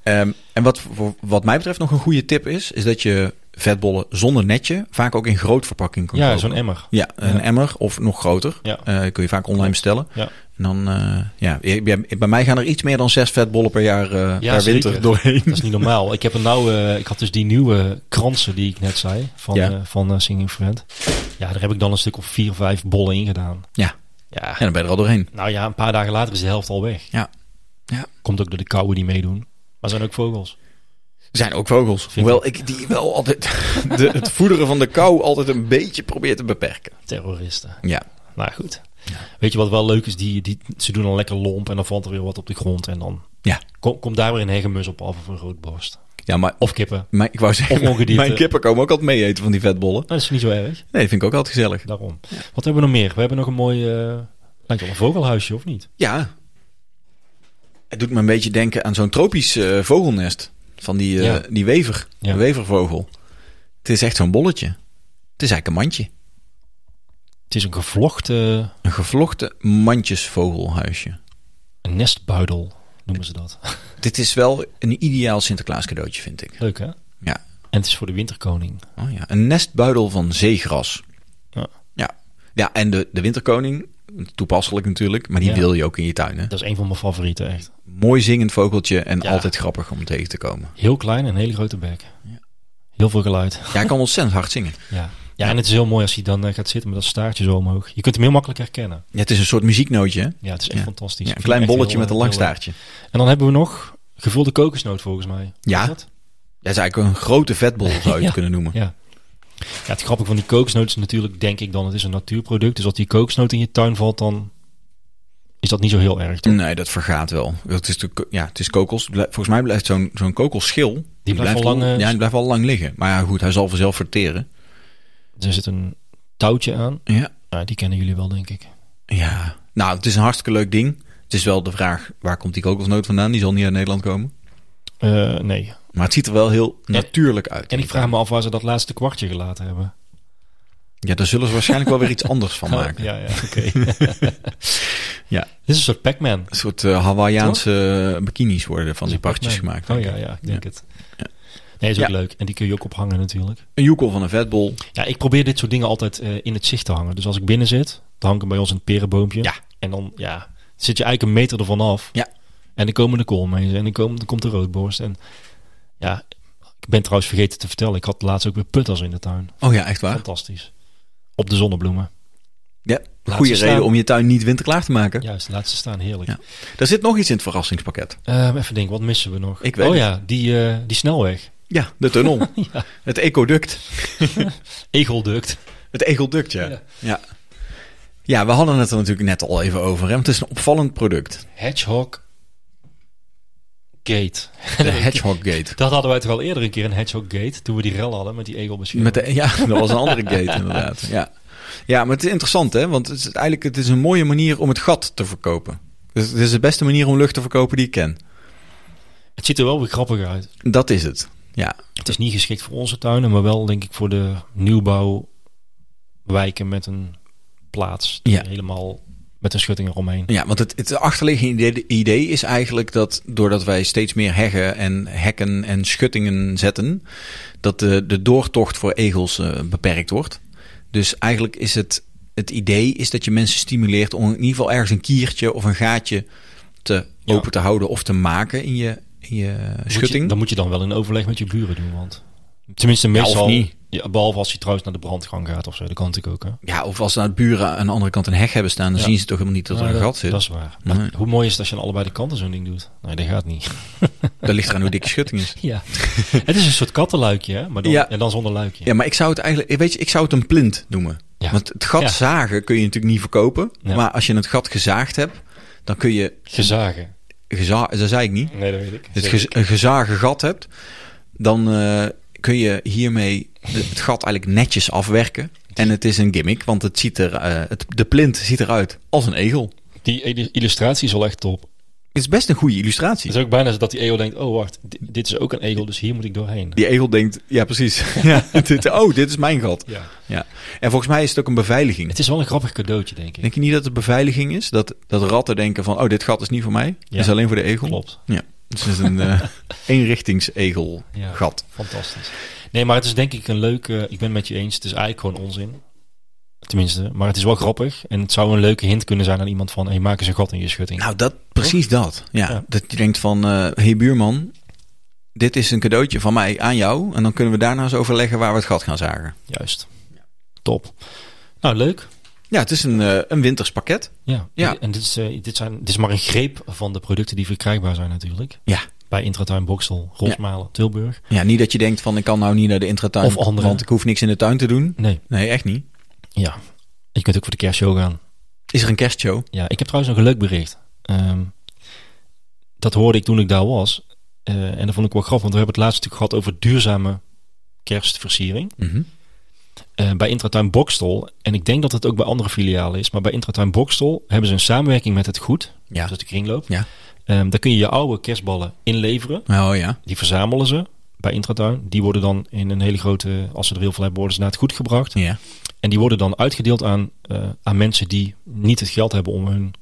Speaker 2: Ehm, en wat, voor- wat mij betreft nog een goede tip is, is dat je vetbollen zonder netje vaak ook in groot verpakking kan
Speaker 3: Ja,
Speaker 2: kopen.
Speaker 3: zo'n emmer.
Speaker 2: Ja, een
Speaker 3: Ja.
Speaker 2: emmer of nog groter.
Speaker 3: Ja.
Speaker 2: Eh, kun je vaak online bestellen.
Speaker 3: Ja.
Speaker 2: En dan, eh, ja, ik ben- bij mij gaan er iets meer dan zes vetbollen per jaar eh,
Speaker 3: Ja,
Speaker 2: per
Speaker 3: zeker.
Speaker 2: winter
Speaker 3: <laughs>
Speaker 2: doorheen.
Speaker 3: Dat is niet normaal. Ik heb er nou, eh, ik had dus die nieuwe kransen die ik net zei van,
Speaker 2: Ja.
Speaker 3: eh, van eh, Singing Friend. Ja, daar heb ik dan een stuk of vier, vijf bollen in gedaan.
Speaker 2: Ja.
Speaker 3: ja.
Speaker 2: En dan ben je er al doorheen.
Speaker 3: Nou ja, een paar dagen later is de helft al weg.
Speaker 2: Ja. Ja.
Speaker 3: Komt ook door de kauwen die meedoen. Maar er zijn ook vogels.
Speaker 2: Er zijn ook vogels.
Speaker 3: Vind
Speaker 2: Hoewel ik die wel altijd <laughs> de, het voederen van de kou altijd een beetje probeer te beperken.
Speaker 3: Terroristen.
Speaker 2: Ja.
Speaker 3: Nou goed. Weet je wat wel leuk is? Die, die, ze doen dan lekker lomp en dan valt er weer wat op de grond. En dan
Speaker 2: Ja.
Speaker 3: kom- komt daar weer een hegemus op af of een roodborst.
Speaker 2: Ja, maar
Speaker 3: Of kippen. Nou,
Speaker 2: mijn, ik wou zeggen,
Speaker 3: Of ongedierte.
Speaker 2: mijn kippen komen ook altijd mee eten van die vetbollen.
Speaker 3: Nou, dat is niet zo erg.
Speaker 2: Nee, vind ik ook altijd gezellig.
Speaker 3: Daarom. Wat hebben we nog meer? We hebben nog een mooi... eh, lijkt wel een vogelhuisje, of niet?
Speaker 2: Ja. Het doet me een beetje denken aan zo'n tropisch eh, vogelnest. Van die, eh,
Speaker 3: Ja.
Speaker 2: die wever.
Speaker 3: Ja.
Speaker 2: De wevervogel. Het is echt zo'n bolletje. Het is eigenlijk een mandje.
Speaker 3: Het is een gevlochten
Speaker 2: Een gevlochten mandjesvogelhuisje.
Speaker 3: een nestbuidel, noemen ze dat.
Speaker 2: Dit is wel een ideaal Sinterklaas cadeautje, vind ik.
Speaker 3: Leuk, hè?
Speaker 2: Ja.
Speaker 3: En het is voor de winterkoning.
Speaker 2: Oh, ja. Een nestbuidel van zeegras.
Speaker 3: Ja.
Speaker 2: Ja, ja en de, de winterkoning, toepasselijk natuurlijk, maar die
Speaker 3: Ja.
Speaker 2: wil je ook in je tuin. Hè?
Speaker 3: Dat is een van mijn favorieten, echt.
Speaker 2: Mooi zingend vogeltje en
Speaker 3: Ja.
Speaker 2: altijd grappig om tegen te komen.
Speaker 3: Heel klein en een hele grote bek. Heel veel geluid.
Speaker 2: Ja, hij kan ontzettend hard zingen.
Speaker 3: Ja. ja, en het is heel mooi als hij dan eh, gaat zitten met dat staartje zo omhoog. Je kunt hem heel makkelijk herkennen.
Speaker 2: Ja, het is een soort muzieknootje. hè?
Speaker 3: Ja, het is echt
Speaker 2: Ja.
Speaker 3: fantastisch.
Speaker 2: Ja,
Speaker 3: Ik
Speaker 2: een
Speaker 3: vind
Speaker 2: klein
Speaker 3: hem echt
Speaker 2: bolletje
Speaker 3: heel,
Speaker 2: met een
Speaker 3: eh,
Speaker 2: lang
Speaker 3: heel leuk.
Speaker 2: staartje.
Speaker 3: En dan hebben we nog gevulde kokosnoot, volgens mij.
Speaker 2: Ja.
Speaker 3: Is dat?
Speaker 2: Dat is eigenlijk een grote vetbol, zou je het
Speaker 3: <laughs> Ja.
Speaker 2: kunnen noemen.
Speaker 3: Ja. ja, het grappige van die kokosnoot is natuurlijk, denk ik dan, het is een natuurproduct. Dus als die kokosnoot in je tuin valt, dan is dat niet zo heel erg. Toch?
Speaker 2: Nee, dat vergaat wel. Het is, natuurlijk- ja, het is kokos. Blij- Volgens mij blijft zo'n zo'n kokelschil... Die,
Speaker 3: blijft al lang, eh,
Speaker 2: ja, die blijft al lang liggen. Maar ja, goed, hij zal vanzelf verteren.
Speaker 3: Dus er zit een touwtje aan.
Speaker 2: Ja.
Speaker 3: Ja, die kennen jullie wel, denk ik.
Speaker 2: ja. Nou, het is een hartstikke leuk ding. Het is wel de vraag, waar komt die kokosnoot vandaan? Die zal niet uit Nederland komen.
Speaker 3: Eh, nee.
Speaker 2: Maar het ziet er wel heel natuurlijk uit.
Speaker 3: En ik vraag me af waar ze dat laatste kwartje gelaten hebben.
Speaker 2: Ja, daar zullen ze waarschijnlijk wel weer
Speaker 3: <laughs>
Speaker 2: iets anders van maken.
Speaker 3: Oh, Ja, ja, oké.
Speaker 2: <laughs>
Speaker 3: Dit is een soort Pac-Man.
Speaker 2: Een soort eh, Hawaïaanse bikinis worden van die partjes
Speaker 3: Pac-Man.
Speaker 2: gemaakt.
Speaker 3: Oh
Speaker 2: denk
Speaker 3: ja,
Speaker 2: ik.
Speaker 3: ja, ik denk het. Nee, is ook
Speaker 2: Ja.
Speaker 3: leuk. En die kun je ook ophangen natuurlijk.
Speaker 2: Een joekel van een vetbol.
Speaker 3: Ja, ik probeer dit soort dingen altijd eh, in het zicht te hangen. Dus als ik binnen zit, dan hang ik hem bij ons in het perenboompje.
Speaker 2: Ja.
Speaker 3: En dan ja, zit je eigenlijk een meter ervan af.
Speaker 2: Ja.
Speaker 3: En dan komen de koolmezen en dan, komen, dan komt de roodborst. En ja, ik ben trouwens vergeten te vertellen. Ik had laatst ook weer putters in de tuin.
Speaker 2: Oh ja, echt waar?
Speaker 3: Fantastisch. Op de zonnebloemen.
Speaker 2: Ja,
Speaker 3: Laat
Speaker 2: goede
Speaker 3: ze staan.
Speaker 2: reden om je tuin niet winterklaar te maken.
Speaker 3: Juist, laat ze staan. Heerlijk.
Speaker 2: Ja. Daar zit nog iets in het verrassingspakket.
Speaker 3: Ehm, even denken, wat missen we nog?
Speaker 2: Ik weet
Speaker 3: oh
Speaker 2: het.
Speaker 3: ja, die, eh, die snelweg.
Speaker 2: Ja, de <laughs> tunnel. Het ecoduct.
Speaker 3: Egelduct.
Speaker 2: Het egelduct, ja.
Speaker 3: Ja.
Speaker 2: ja. ja. we hadden het er natuurlijk net al even over. Hè? want het is een opvallend product.
Speaker 3: Hedgehog Gate.
Speaker 2: De Hedgehog Gate.
Speaker 3: Dat hadden wij toch al eerder een keer, een Hedgehog Gate, toen we die rel hadden met die egelbescherming.
Speaker 2: Met de, ja, <laughs> dat was een andere gate inderdaad. Ja. ja, maar het is interessant hè. Want het is eigenlijk het is een mooie manier om het gat te verkopen. Dus het is de beste manier om lucht te verkopen die ik ken.
Speaker 3: Het ziet er wel weer grappig uit.
Speaker 2: Dat is het. Ja,
Speaker 3: Het is niet geschikt voor onze tuinen, maar wel denk ik voor de nieuwbouwwijken met een plaats. die
Speaker 2: Ja.
Speaker 3: Helemaal met een schutting eromheen.
Speaker 2: ja want het, het achterliggende idee, idee is eigenlijk dat doordat wij steeds meer heggen en hekken en schuttingen zetten, dat de, de doortocht voor egels eh, beperkt wordt. Dus eigenlijk is het, het idee is dat je mensen stimuleert om in ieder geval ergens een kiertje of een gaatje te
Speaker 3: Ja.
Speaker 2: open te houden of te maken in je, in je
Speaker 3: Moet je-
Speaker 2: schutting.
Speaker 3: dat moet je dan wel in overleg met je buren doen, want... Tenminste, meestal...
Speaker 2: of niet.
Speaker 3: Ja, behalve als je trouwens naar de brandgang gaat of zo. Dat kan natuurlijk ook, hè?
Speaker 2: Ja, of als nou buren aan de andere kant een heg hebben staan, dan
Speaker 3: Ja.
Speaker 2: zien ze toch helemaal niet dat er
Speaker 3: Nou,
Speaker 2: een
Speaker 3: dat,
Speaker 2: gat zit.
Speaker 3: dat is waar. Maar
Speaker 2: Nee.
Speaker 3: hoe mooi is het als je aan allebei de kanten zo'n ding doet? Nee, dat gaat niet.
Speaker 2: Dat ligt eraan hoe dik je
Speaker 3: <laughs>
Speaker 2: schutting is.
Speaker 3: Ja. het is een soort kattenluikje, hè? Maar dan,
Speaker 2: Ja.
Speaker 3: En dan zonder luikje.
Speaker 2: Ja, maar ik zou het eigenlijk, eh, weet je, ik zou het een plint noemen.
Speaker 3: Ja.
Speaker 2: Want het gat
Speaker 3: Ja.
Speaker 2: zagen kun je natuurlijk niet verkopen.
Speaker 3: Ja.
Speaker 2: Maar als je het gat gezaagd hebt, dan kun je,
Speaker 3: Gezagen.
Speaker 2: geza dat zei ik niet,
Speaker 3: Nee, dat weet ik.
Speaker 2: het gez- een gezagen gat hebt, dan eh, kun je hiermee de- het gat eigenlijk netjes afwerken. En het is een gimmick, want het ziet er, eh, het, de plint ziet eruit als een egel.
Speaker 3: Die il- illustratie is al echt top.
Speaker 2: Het is best een goede
Speaker 3: Het
Speaker 2: illustratie.
Speaker 3: is ook bijna zo dat die egel denkt, oh wacht, di- dit is ook een egel, dus hier moet ik doorheen.
Speaker 2: Die egel denkt, ja precies, <laughs> ja, dit, oh dit is mijn gat.
Speaker 3: Ja.
Speaker 2: Ja. En volgens mij is het ook een beveiliging.
Speaker 3: Het is wel een grappig cadeautje, denk ik.
Speaker 2: Denk je niet dat het beveiliging is? Dat, dat ratten denken van, oh, dit gat is niet voor mij. Het is alleen voor de egel.
Speaker 3: Klopt.
Speaker 2: Ja, dus het is een eh <laughs> eenrichtingsegelgat.
Speaker 3: Ja.
Speaker 2: gat.
Speaker 3: Fantastisch. Nee, maar het is denk ik een leuke, ik ben het met je eens, het is eigenlijk gewoon onzin. Tenminste, maar het is wel grappig. En het zou een leuke hint kunnen zijn aan iemand van, hey, maak eens een gat in je schutting.
Speaker 2: Nou, dat, precies dat. Ja,
Speaker 3: Ja.
Speaker 2: dat je denkt van, eh hey buurman, dit is een cadeautje van mij aan jou. En dan kunnen we daarna eens overleggen waar we het gat gaan zagen.
Speaker 3: Juist. Top. Nou, leuk.
Speaker 2: Ja, het is een, eh, een winters pakket.
Speaker 3: Ja.
Speaker 2: Ja.
Speaker 3: En dit is, eh, dit, zijn, dit is maar een greep van de producten die verkrijgbaar zijn natuurlijk.
Speaker 2: Ja.
Speaker 3: Bij Intratuin Boksel, Rosmalen, Tilburg.
Speaker 2: Ja, niet dat je denkt van, ik kan nou niet naar de intratuin.
Speaker 3: Of andere.
Speaker 2: Want ik hoef niks in de tuin te doen.
Speaker 3: Nee,
Speaker 2: Nee, echt niet.
Speaker 3: ja. Je kunt ook voor de kerstshow gaan.
Speaker 2: Is er een kerstshow?
Speaker 3: Ja, ik heb trouwens nog een leuk bericht. Ehm, dat hoorde ik toen ik daar was. Eh, en dat vond ik wel grappig, want we hebben het laatst natuurlijk gehad over duurzame kerstversiering.
Speaker 2: Mhm.
Speaker 3: Eh, bij Intratuin Bokstel, en ik denk dat het ook bij andere filialen is, maar bij Intratuin Bokstel hebben ze een samenwerking met het Goed,
Speaker 2: Ja.
Speaker 3: dat is de kringloop.
Speaker 2: Ja.
Speaker 3: Ehm, daar kun je je oude kerstballen inleveren.
Speaker 2: Oh ja.
Speaker 3: Die verzamelen ze bij Intratuin. Die worden dan in een hele grote, als ze er heel veel hebben, worden ze naar het Goed gebracht.
Speaker 2: Ja.
Speaker 3: En die worden dan uitgedeeld aan, eh, aan mensen die niet het geld hebben om hun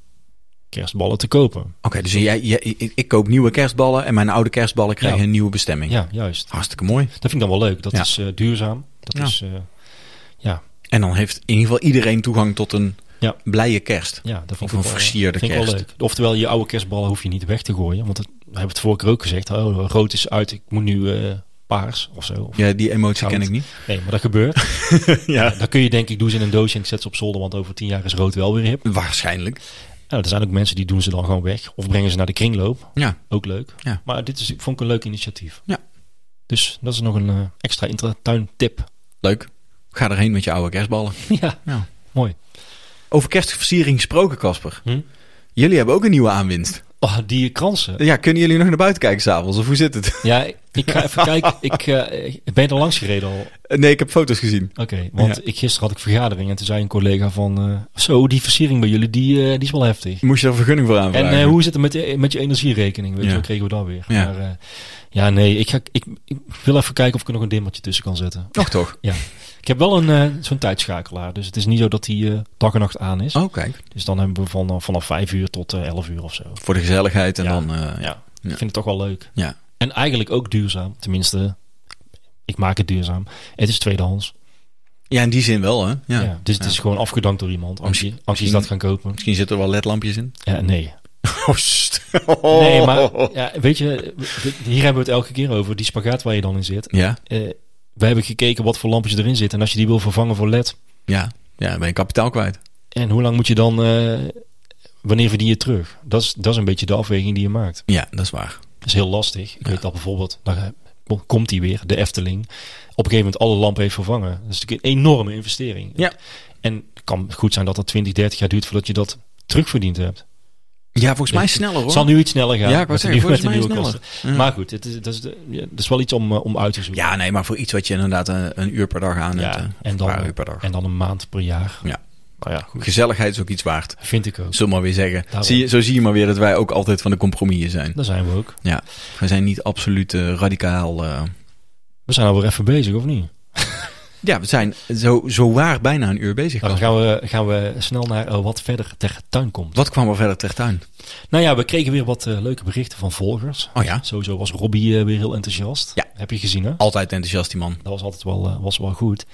Speaker 3: kerstballen te kopen.
Speaker 2: Oké, dus jij, jij- ik, ik koop nieuwe kerstballen en mijn oude kerstballen krijgen
Speaker 3: Ja.
Speaker 2: een nieuwe bestemming.
Speaker 3: Ja, juist.
Speaker 2: Hartstikke mooi.
Speaker 3: Dat vind ik dan wel leuk. Dat
Speaker 2: Ja.
Speaker 3: is eh, duurzaam. Dat
Speaker 2: Ja.
Speaker 3: is, eh, ja,
Speaker 2: En dan heeft in ieder geval iedereen toegang tot een
Speaker 3: Ja.
Speaker 2: blije kerst.
Speaker 3: ja, dat
Speaker 2: Of
Speaker 3: vind ik
Speaker 2: een
Speaker 3: wel, eh,
Speaker 2: versierde
Speaker 3: vind ik wel
Speaker 2: kerst.
Speaker 3: leuk. Oftewel, je oude kerstballen hoef je niet weg te gooien. Want het, we hebben het vorige keer ook gezegd. Oh, rood is uit, ik moet nu eh, paars of zo. Of-
Speaker 2: Ja, die emotie ken ik niet.
Speaker 3: <laughs> Nee, maar dat
Speaker 2: <laughs>
Speaker 3: gebeurt.
Speaker 2: Ja.
Speaker 3: Dan kun je denk ik, doe ze in een doosje en ik zet ze op zolder. Want over tien jaar is rood wel weer hip.
Speaker 2: Waarschijnlijk.
Speaker 3: Nou, er zijn ook mensen die doen ze dan gewoon weg. Of brengen ze naar de kringloop.
Speaker 2: Ja.
Speaker 3: Ook leuk.
Speaker 2: Ja.
Speaker 3: Maar dit is, ik vond ik een leuk initiatief.
Speaker 2: Ja.
Speaker 3: Dus dat is nog een eh, extra intratuin tip.
Speaker 2: Leuk. Ga erheen met je oude kerstballen.
Speaker 3: ja.
Speaker 2: <laughs> Ja.
Speaker 3: Mooi.
Speaker 2: Over kerstversiering gesproken, Casper.
Speaker 3: Hm?
Speaker 2: Jullie hebben ook een nieuwe aanwinst.
Speaker 3: Oh, die kransen.
Speaker 2: Ja, kunnen jullie nog naar buiten kijken s'avonds? Of hoe zit het? <laughs>
Speaker 3: Ja, ik ga even kijken. Ik eh, ik ben er langs gereden al.
Speaker 2: Nee, ik heb foto's gezien.
Speaker 3: Oké, want ik, gisteren had ik vergadering en toen zei een collega van... eh, zo, die versiering bij jullie, die, eh, die is wel heftig.
Speaker 2: Moest je er vergunning voor
Speaker 3: En
Speaker 2: aanvragen?
Speaker 3: eh, hoe zit het met, de- met je energierekening? Weet
Speaker 2: Ja.
Speaker 3: je, wel, kregen we dat weer.
Speaker 2: Ja.
Speaker 3: Maar, eh, ja, nee, ik, ga, ik, ik wil even kijken of ik er nog een dimmertje tussen kan zetten.
Speaker 2: Nog toch?
Speaker 3: Ja. Ik heb wel een, eh, zo'n tijdschakelaar, dus het is niet zo dat die eh, dag en nacht aan is.
Speaker 2: Oh, kijk.
Speaker 3: Dus dan hebben we van, eh, vanaf 5 uur tot eh 11 uur of zo.
Speaker 2: Voor de gezelligheid en
Speaker 3: Ja.
Speaker 2: dan... eh, ja.
Speaker 3: Ja, ik vind het toch wel leuk.
Speaker 2: Ja.
Speaker 3: En eigenlijk ook duurzaam. Tenminste, ik maak het duurzaam. Het is tweedehands.
Speaker 2: in die zin wel, hè? Ja.
Speaker 3: Ja. dus het is gewoon afgedankt door iemand. Als je, als je
Speaker 2: misschien-
Speaker 3: dat gaan kopen.
Speaker 2: Misschien zitten er wel ledlampjes in.
Speaker 3: Ja, nee.
Speaker 2: <laughs> Oh, st-
Speaker 3: Nee, maar ja, weet je, hier hebben we het elke keer over. Die spagaat waar je dan in zit.
Speaker 2: Ja,
Speaker 3: Eh, we hebben gekeken wat voor lampjes erin zitten. En als je die wil vervangen voor LED.
Speaker 2: ja. Ja, dan ben je kapitaal kwijt.
Speaker 3: En hoe lang moet je dan... eh, wanneer verdien je het terug? Dat is, dat is een beetje de afweging die je maakt.
Speaker 2: Ja, dat is waar.
Speaker 3: Dat is heel lastig. Ik weet dat bijvoorbeeld, daar eh, kom- komt hij weer, de Efteling. Op een gegeven moment alle lampen heeft vervangen. Dat is natuurlijk een enorme investering.
Speaker 2: Ja.
Speaker 3: En het kan goed zijn dat dat 20, 30 jaar duurt voordat je dat terugverdiend hebt.
Speaker 2: Ja, volgens mij
Speaker 3: Ik-
Speaker 2: sneller hoor.
Speaker 3: Het zal nu iets sneller gaan.
Speaker 2: Ja, ik wou
Speaker 3: met de
Speaker 2: zeggen,
Speaker 3: nieuwe- met de
Speaker 2: volgens mij
Speaker 3: nieuwe
Speaker 2: sneller.
Speaker 3: kosten. Maar goed, het is, dat, is, de- ja, dat is wel iets om, eh, om uit te zoeken.
Speaker 2: Ja, nee, maar voor iets wat je inderdaad eh, een, een uur per dag aan hebt.
Speaker 3: Ja,
Speaker 2: hè. Of
Speaker 3: en,
Speaker 2: een
Speaker 3: dan, eh,
Speaker 2: paar uur per dag.
Speaker 3: en dan een maand per jaar.
Speaker 2: Ja.
Speaker 3: Nou ja, goed.
Speaker 2: Gezelligheid is ook iets waard.
Speaker 3: Vind ik ook.
Speaker 2: Zullen we maar weer zeggen.
Speaker 3: Daarom.
Speaker 2: Zie je, zo zie je maar weer dat wij ook altijd van de compromissen zijn.
Speaker 3: Daar zijn we ook.
Speaker 2: Ja, we zijn niet absoluut eh, radicaal. eh,
Speaker 3: We zijn alweer even bezig, of niet?
Speaker 2: Ja, we zijn zo, zo waar bijna een uur bezig.
Speaker 3: Nou, dan gaan we, gaan we snel naar eh, wat verder ter tuin komt.
Speaker 2: Wat kwam er verder ter tuin?
Speaker 3: Nou ja, we kregen weer wat eh, leuke berichten van volgers.
Speaker 2: Oh ja,
Speaker 3: Sowieso was Robbie eh, weer heel enthousiast.
Speaker 2: Ja.
Speaker 3: Heb je gezien, hè?
Speaker 2: altijd enthousiast die man.
Speaker 3: Dat was altijd wel, eh, was wel goed.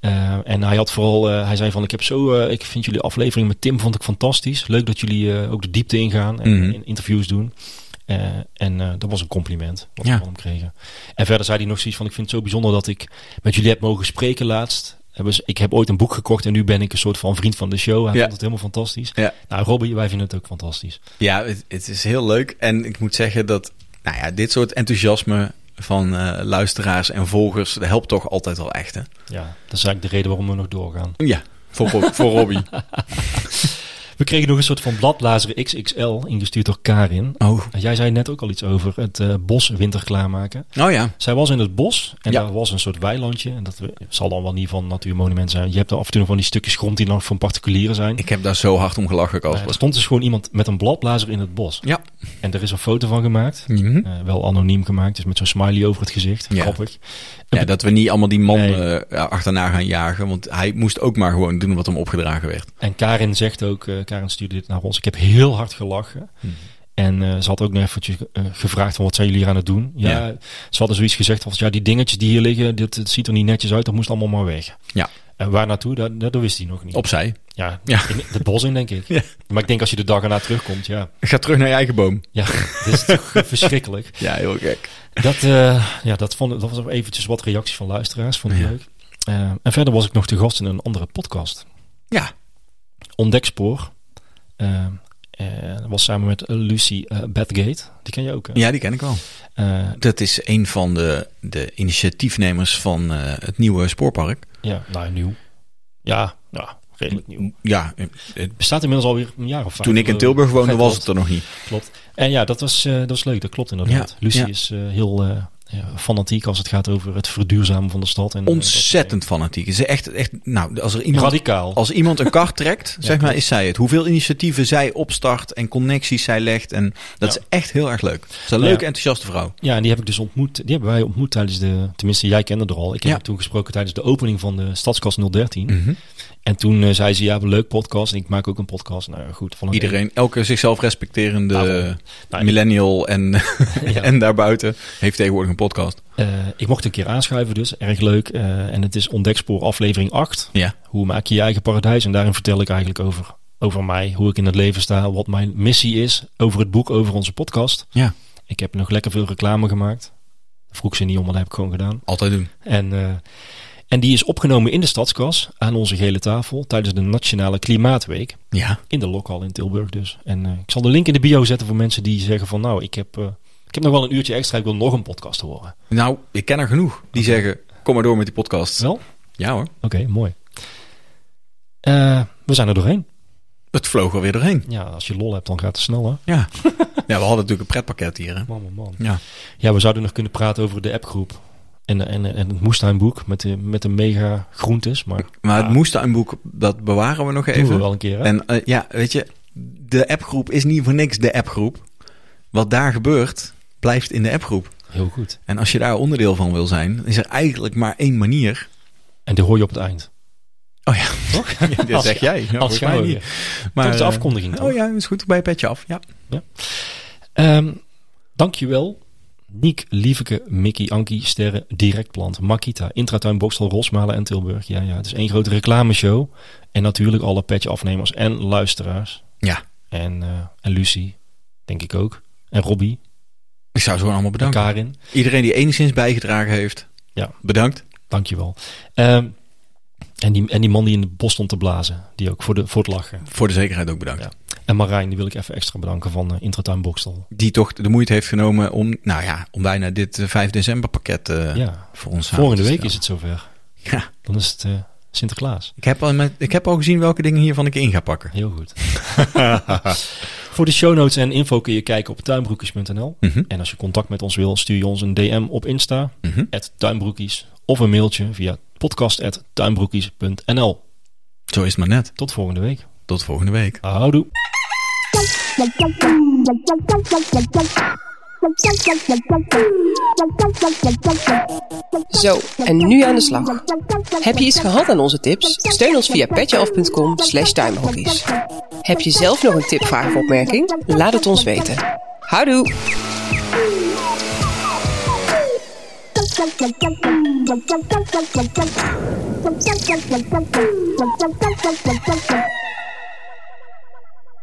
Speaker 3: Eh, en hij had vooral, eh, hij zei van ik heb zo, eh, ik vind jullie aflevering met Tim vond ik fantastisch. Leuk dat jullie eh, ook de diepte ingaan en
Speaker 2: Mhm.
Speaker 3: in- interviews doen. Eh, en eh, dat was een compliment wat
Speaker 2: Ja.
Speaker 3: we van hem kregen. En verder zei hij nog zoiets van ik vind het zo bijzonder dat ik met jullie heb mogen spreken laatst. Hebben ze- Ik heb ooit een boek gekocht en nu ben ik een soort van vriend van de show. Hij
Speaker 2: Ja.
Speaker 3: vond het helemaal fantastisch.
Speaker 2: Ja.
Speaker 3: Nou, Robbie, wij vinden het ook fantastisch.
Speaker 2: Ja, het, het is heel leuk. En ik moet zeggen dat nou ja, dit soort enthousiasme van eh, luisteraars en volgers dat helpt toch altijd wel echt. Hè?
Speaker 3: Ja, dat is eigenlijk de reden waarom we nog doorgaan.
Speaker 2: Ja, voor, <laughs> Rob- voor Robbie.
Speaker 3: We kregen nog een soort van bladblazer XXL ingestuurd door Karin.
Speaker 2: Oh.
Speaker 3: Jij zei net ook al iets over het eh, bos winter klaarmaken.
Speaker 2: oh ja,
Speaker 3: Zij was in het bos en
Speaker 2: Ja.
Speaker 3: daar was een soort weilandje. En dat eh, zal dan wel niet van natuurmonument zijn. Je hebt er af en toe nog van die stukjes grond die nog van particulieren zijn.
Speaker 2: ik heb daar zo hard om gelachen,
Speaker 3: Eh, er
Speaker 2: Casper.
Speaker 3: stond dus gewoon iemand met een bladblazer in het bos.
Speaker 2: Ja.
Speaker 3: En er is een foto van gemaakt.
Speaker 2: Mhm.
Speaker 3: Eh, wel anoniem gemaakt, dus met zo'n smiley over het gezicht.
Speaker 2: Ja.
Speaker 3: Grappig.
Speaker 2: Ja, dat we niet allemaal die man
Speaker 3: Nee.
Speaker 2: eh, achterna gaan jagen. Want hij moest ook maar gewoon doen wat hem opgedragen werd.
Speaker 3: En Karin zegt ook, eh, Karin stuurde dit naar ons. Ik heb heel hard gelachen.
Speaker 2: Mhm.
Speaker 3: En eh, ze had ook nog eventjes eh, gevraagd van wat zijn jullie hier aan het doen? Ja,
Speaker 2: Ja.
Speaker 3: ze hadden zoiets gezegd als ja, die dingetjes die hier liggen, dit, het ziet er niet netjes uit, dat moest allemaal maar weg.
Speaker 2: Ja.
Speaker 3: En waar naartoe, dat, dat wist hij nog niet.
Speaker 2: Opzij.
Speaker 3: ja,
Speaker 2: Ja.
Speaker 3: In de bos in denk ik.
Speaker 2: Ja.
Speaker 3: Maar ik denk als je de dag erna terugkomt, ja,
Speaker 2: Ga terug naar je eigen boom. <laughs>
Speaker 3: ja dit is toch verschrikkelijk.
Speaker 2: Ja, heel gek.
Speaker 3: Dat, eh, ja, dat, vond, dat was eventjes wat reacties van luisteraars, vond ik
Speaker 2: Ja.
Speaker 3: leuk. Eh, en verder was ik nog te gast in een andere podcast.
Speaker 2: Ja.
Speaker 3: Ontdekspoor. Eh, eh, dat was samen met eh, Lucy eh, Badgate. Die ken je ook. hè?
Speaker 2: ja, die ken ik wel.
Speaker 3: Eh,
Speaker 2: Dat is een van de, de initiatiefnemers van eh, het nieuwe spoorpark.
Speaker 3: Ja, nou, nieuw. Ja, ja redelijk nieuw.
Speaker 2: Ja, eh, eh,
Speaker 3: Bestaat inmiddels alweer een jaar of vijf.
Speaker 2: toen ik in Tilburg woonde
Speaker 3: Vet
Speaker 2: was
Speaker 3: wat.
Speaker 2: het er nog niet.
Speaker 3: Klopt. En ja, dat was, eh, dat was leuk. Dat klopt inderdaad.
Speaker 2: Ja,
Speaker 3: Lucie
Speaker 2: ja.
Speaker 3: is eh, heel eh, ja, fanatiek als het gaat over het verduurzamen van de stad.
Speaker 2: Mm.
Speaker 3: En, eh,
Speaker 2: Ontzettend fanatiek. Ze is echt, echt, nou, als er
Speaker 3: dat-
Speaker 2: iemand,
Speaker 3: radicaal.
Speaker 2: als iemand een kar <laughs> trekt, zeg maar, is zij het. Hoeveel initiatieven zij opstart en connecties zij legt. En dat
Speaker 3: Ja.
Speaker 2: is echt heel erg leuk. Ze is een
Speaker 3: Ja.
Speaker 2: leuke, enthousiaste vrouw.
Speaker 3: Ja, en die heb ik dus ontmoet. Die hebben wij ontmoet tijdens de. Tenminste, jij kende er al. Ik heb
Speaker 2: Ja. Mm.
Speaker 3: haar toen gesproken tijdens de opening van de Stadskas 013.
Speaker 2: Mhm.
Speaker 3: En toen eh, zei ze: Ja, leuk podcast. En ik maak ook een podcast. Nou ja, goed. Van een-
Speaker 2: Iedereen, elke zichzelf respecterende
Speaker 3: Daarom. Nou,
Speaker 2: millennial <laughs> en,
Speaker 3: Ja.
Speaker 2: en daarbuiten heeft tegenwoordig een podcast.
Speaker 3: Eh, ik mocht een keer aanschuiven, dus erg leuk. Eh, en het is Ontdekspoor aflevering 8.
Speaker 2: Ja.
Speaker 3: Hoe maak je je eigen paradijs? En daarin vertel ik eigenlijk over, over mij, hoe ik in het leven sta, wat mijn missie is, over het boek, over onze podcast.
Speaker 2: Ja.
Speaker 3: Ik heb nog lekker veel reclame gemaakt. Vroeg ze niet om, maar dat heb ik gewoon gedaan.
Speaker 2: Altijd doen.
Speaker 3: En, eh, en die is opgenomen in de Stadskas aan onze gele tafel tijdens de Nationale Klimaatweek.
Speaker 2: Ja.
Speaker 3: In de lokhal in Tilburg dus. En eh, ik zal de link in de bio zetten voor mensen die zeggen van nou, ik heb, eh, ik heb nog wel een uurtje extra, ik wil nog een podcast horen.
Speaker 2: Nou, ik ken er genoeg die zeggen: kom maar door met die podcast.
Speaker 3: Wel?
Speaker 2: Ja hoor.
Speaker 3: Oké, mooi. Eh, we zijn er doorheen.
Speaker 2: Het vloog er weer doorheen.
Speaker 3: Ja, als je lol hebt, dan gaat het snel, hè?
Speaker 2: Ja. <laughs> ja, we hadden natuurlijk een pretpakket hier. Hè?
Speaker 3: Man, man, man.
Speaker 2: Ja.
Speaker 3: Ja, we zouden nog kunnen praten over de appgroep. En, en, en het moestuinboek met de, met de mega groentes. Maar
Speaker 2: Maar
Speaker 3: Ja.
Speaker 2: het moestuinboek, dat bewaren we nog
Speaker 3: doen
Speaker 2: even.
Speaker 3: we wel een keer, hè?
Speaker 2: En eh, ja, weet je, de appgroep is niet voor niks de appgroep. Wat daar gebeurt, blijft in de appgroep.
Speaker 3: Heel goed.
Speaker 2: En als je daar onderdeel van wil zijn, is er eigenlijk maar één manier.
Speaker 3: En die hoor je op het eind.
Speaker 2: Oh <laughs> ja,
Speaker 3: Toch?
Speaker 2: dat zeg jij. Ja,
Speaker 3: Als
Speaker 2: volgens mij
Speaker 3: jij
Speaker 2: niet.
Speaker 3: niet.
Speaker 2: Maar,
Speaker 3: Tot de
Speaker 2: eh,
Speaker 3: afkondiging, toch?
Speaker 2: Oh ja, is goed. Bij je petje af. Ja.
Speaker 3: Ehm dankjewel. Niek, Lieveke, Mickey, Ankie, Sterren, Directplant, Makita, Intratuin, Bokstel, Rosmalen en Tilburg. Ja, ja, het is één grote reclameshow. En natuurlijk alle patchafnemers en luisteraars.
Speaker 2: Ja.
Speaker 3: En, eh, en Lucie, denk ik ook. En Robbie,
Speaker 2: Ik zou ze gewoon allemaal
Speaker 3: en
Speaker 2: bedanken.
Speaker 3: Karin.
Speaker 2: Iedereen die enigszins bijgedragen heeft,
Speaker 3: Ja.
Speaker 2: bedankt.
Speaker 3: Dankjewel. Ehm en, die, en die man die in het bos stond te blazen. Die ook, voor, de, voor het lachen.
Speaker 2: Voor de zekerheid ook bedankt.
Speaker 3: Ja. En Marijn, die wil ik even extra bedanken van eh, Intratuin Bokstel.
Speaker 2: Die toch de moeite heeft genomen om, nou ja, om bijna dit eh, 5 december pakket eh,
Speaker 3: ja.
Speaker 2: voor ons samen
Speaker 3: Volgende
Speaker 2: te
Speaker 3: week is
Speaker 2: stellen.
Speaker 3: het zover.
Speaker 2: Ja.
Speaker 3: Dan is het eh, Sinterklaas.
Speaker 2: Ik heb, al met, ik heb al gezien welke dingen hiervan ik in ga pakken.
Speaker 3: Heel goed. <laughs> Voor de show notes en info kun je kijken op tuinbroekjes.nl.
Speaker 2: Mhm.
Speaker 3: En als je contact met ons wil, stuur je ons een DM op Insta,
Speaker 2: Mhm.
Speaker 3: tuinbroekjes. Of een mailtje via podcast.tuinbroekjes.nl.
Speaker 2: Zo is het maar net.
Speaker 3: Tot volgende week.
Speaker 2: Tot volgende week.
Speaker 3: Houdoe.
Speaker 1: Zo, en nu aan de slag. Heb je iets gehad aan onze tips? Steun ons via petjeaf.com slash tuinbroekies. Heb je zelf nog een tip, vraag of opmerking? Laat het ons weten. Houdoe!
Speaker 4: Thank you.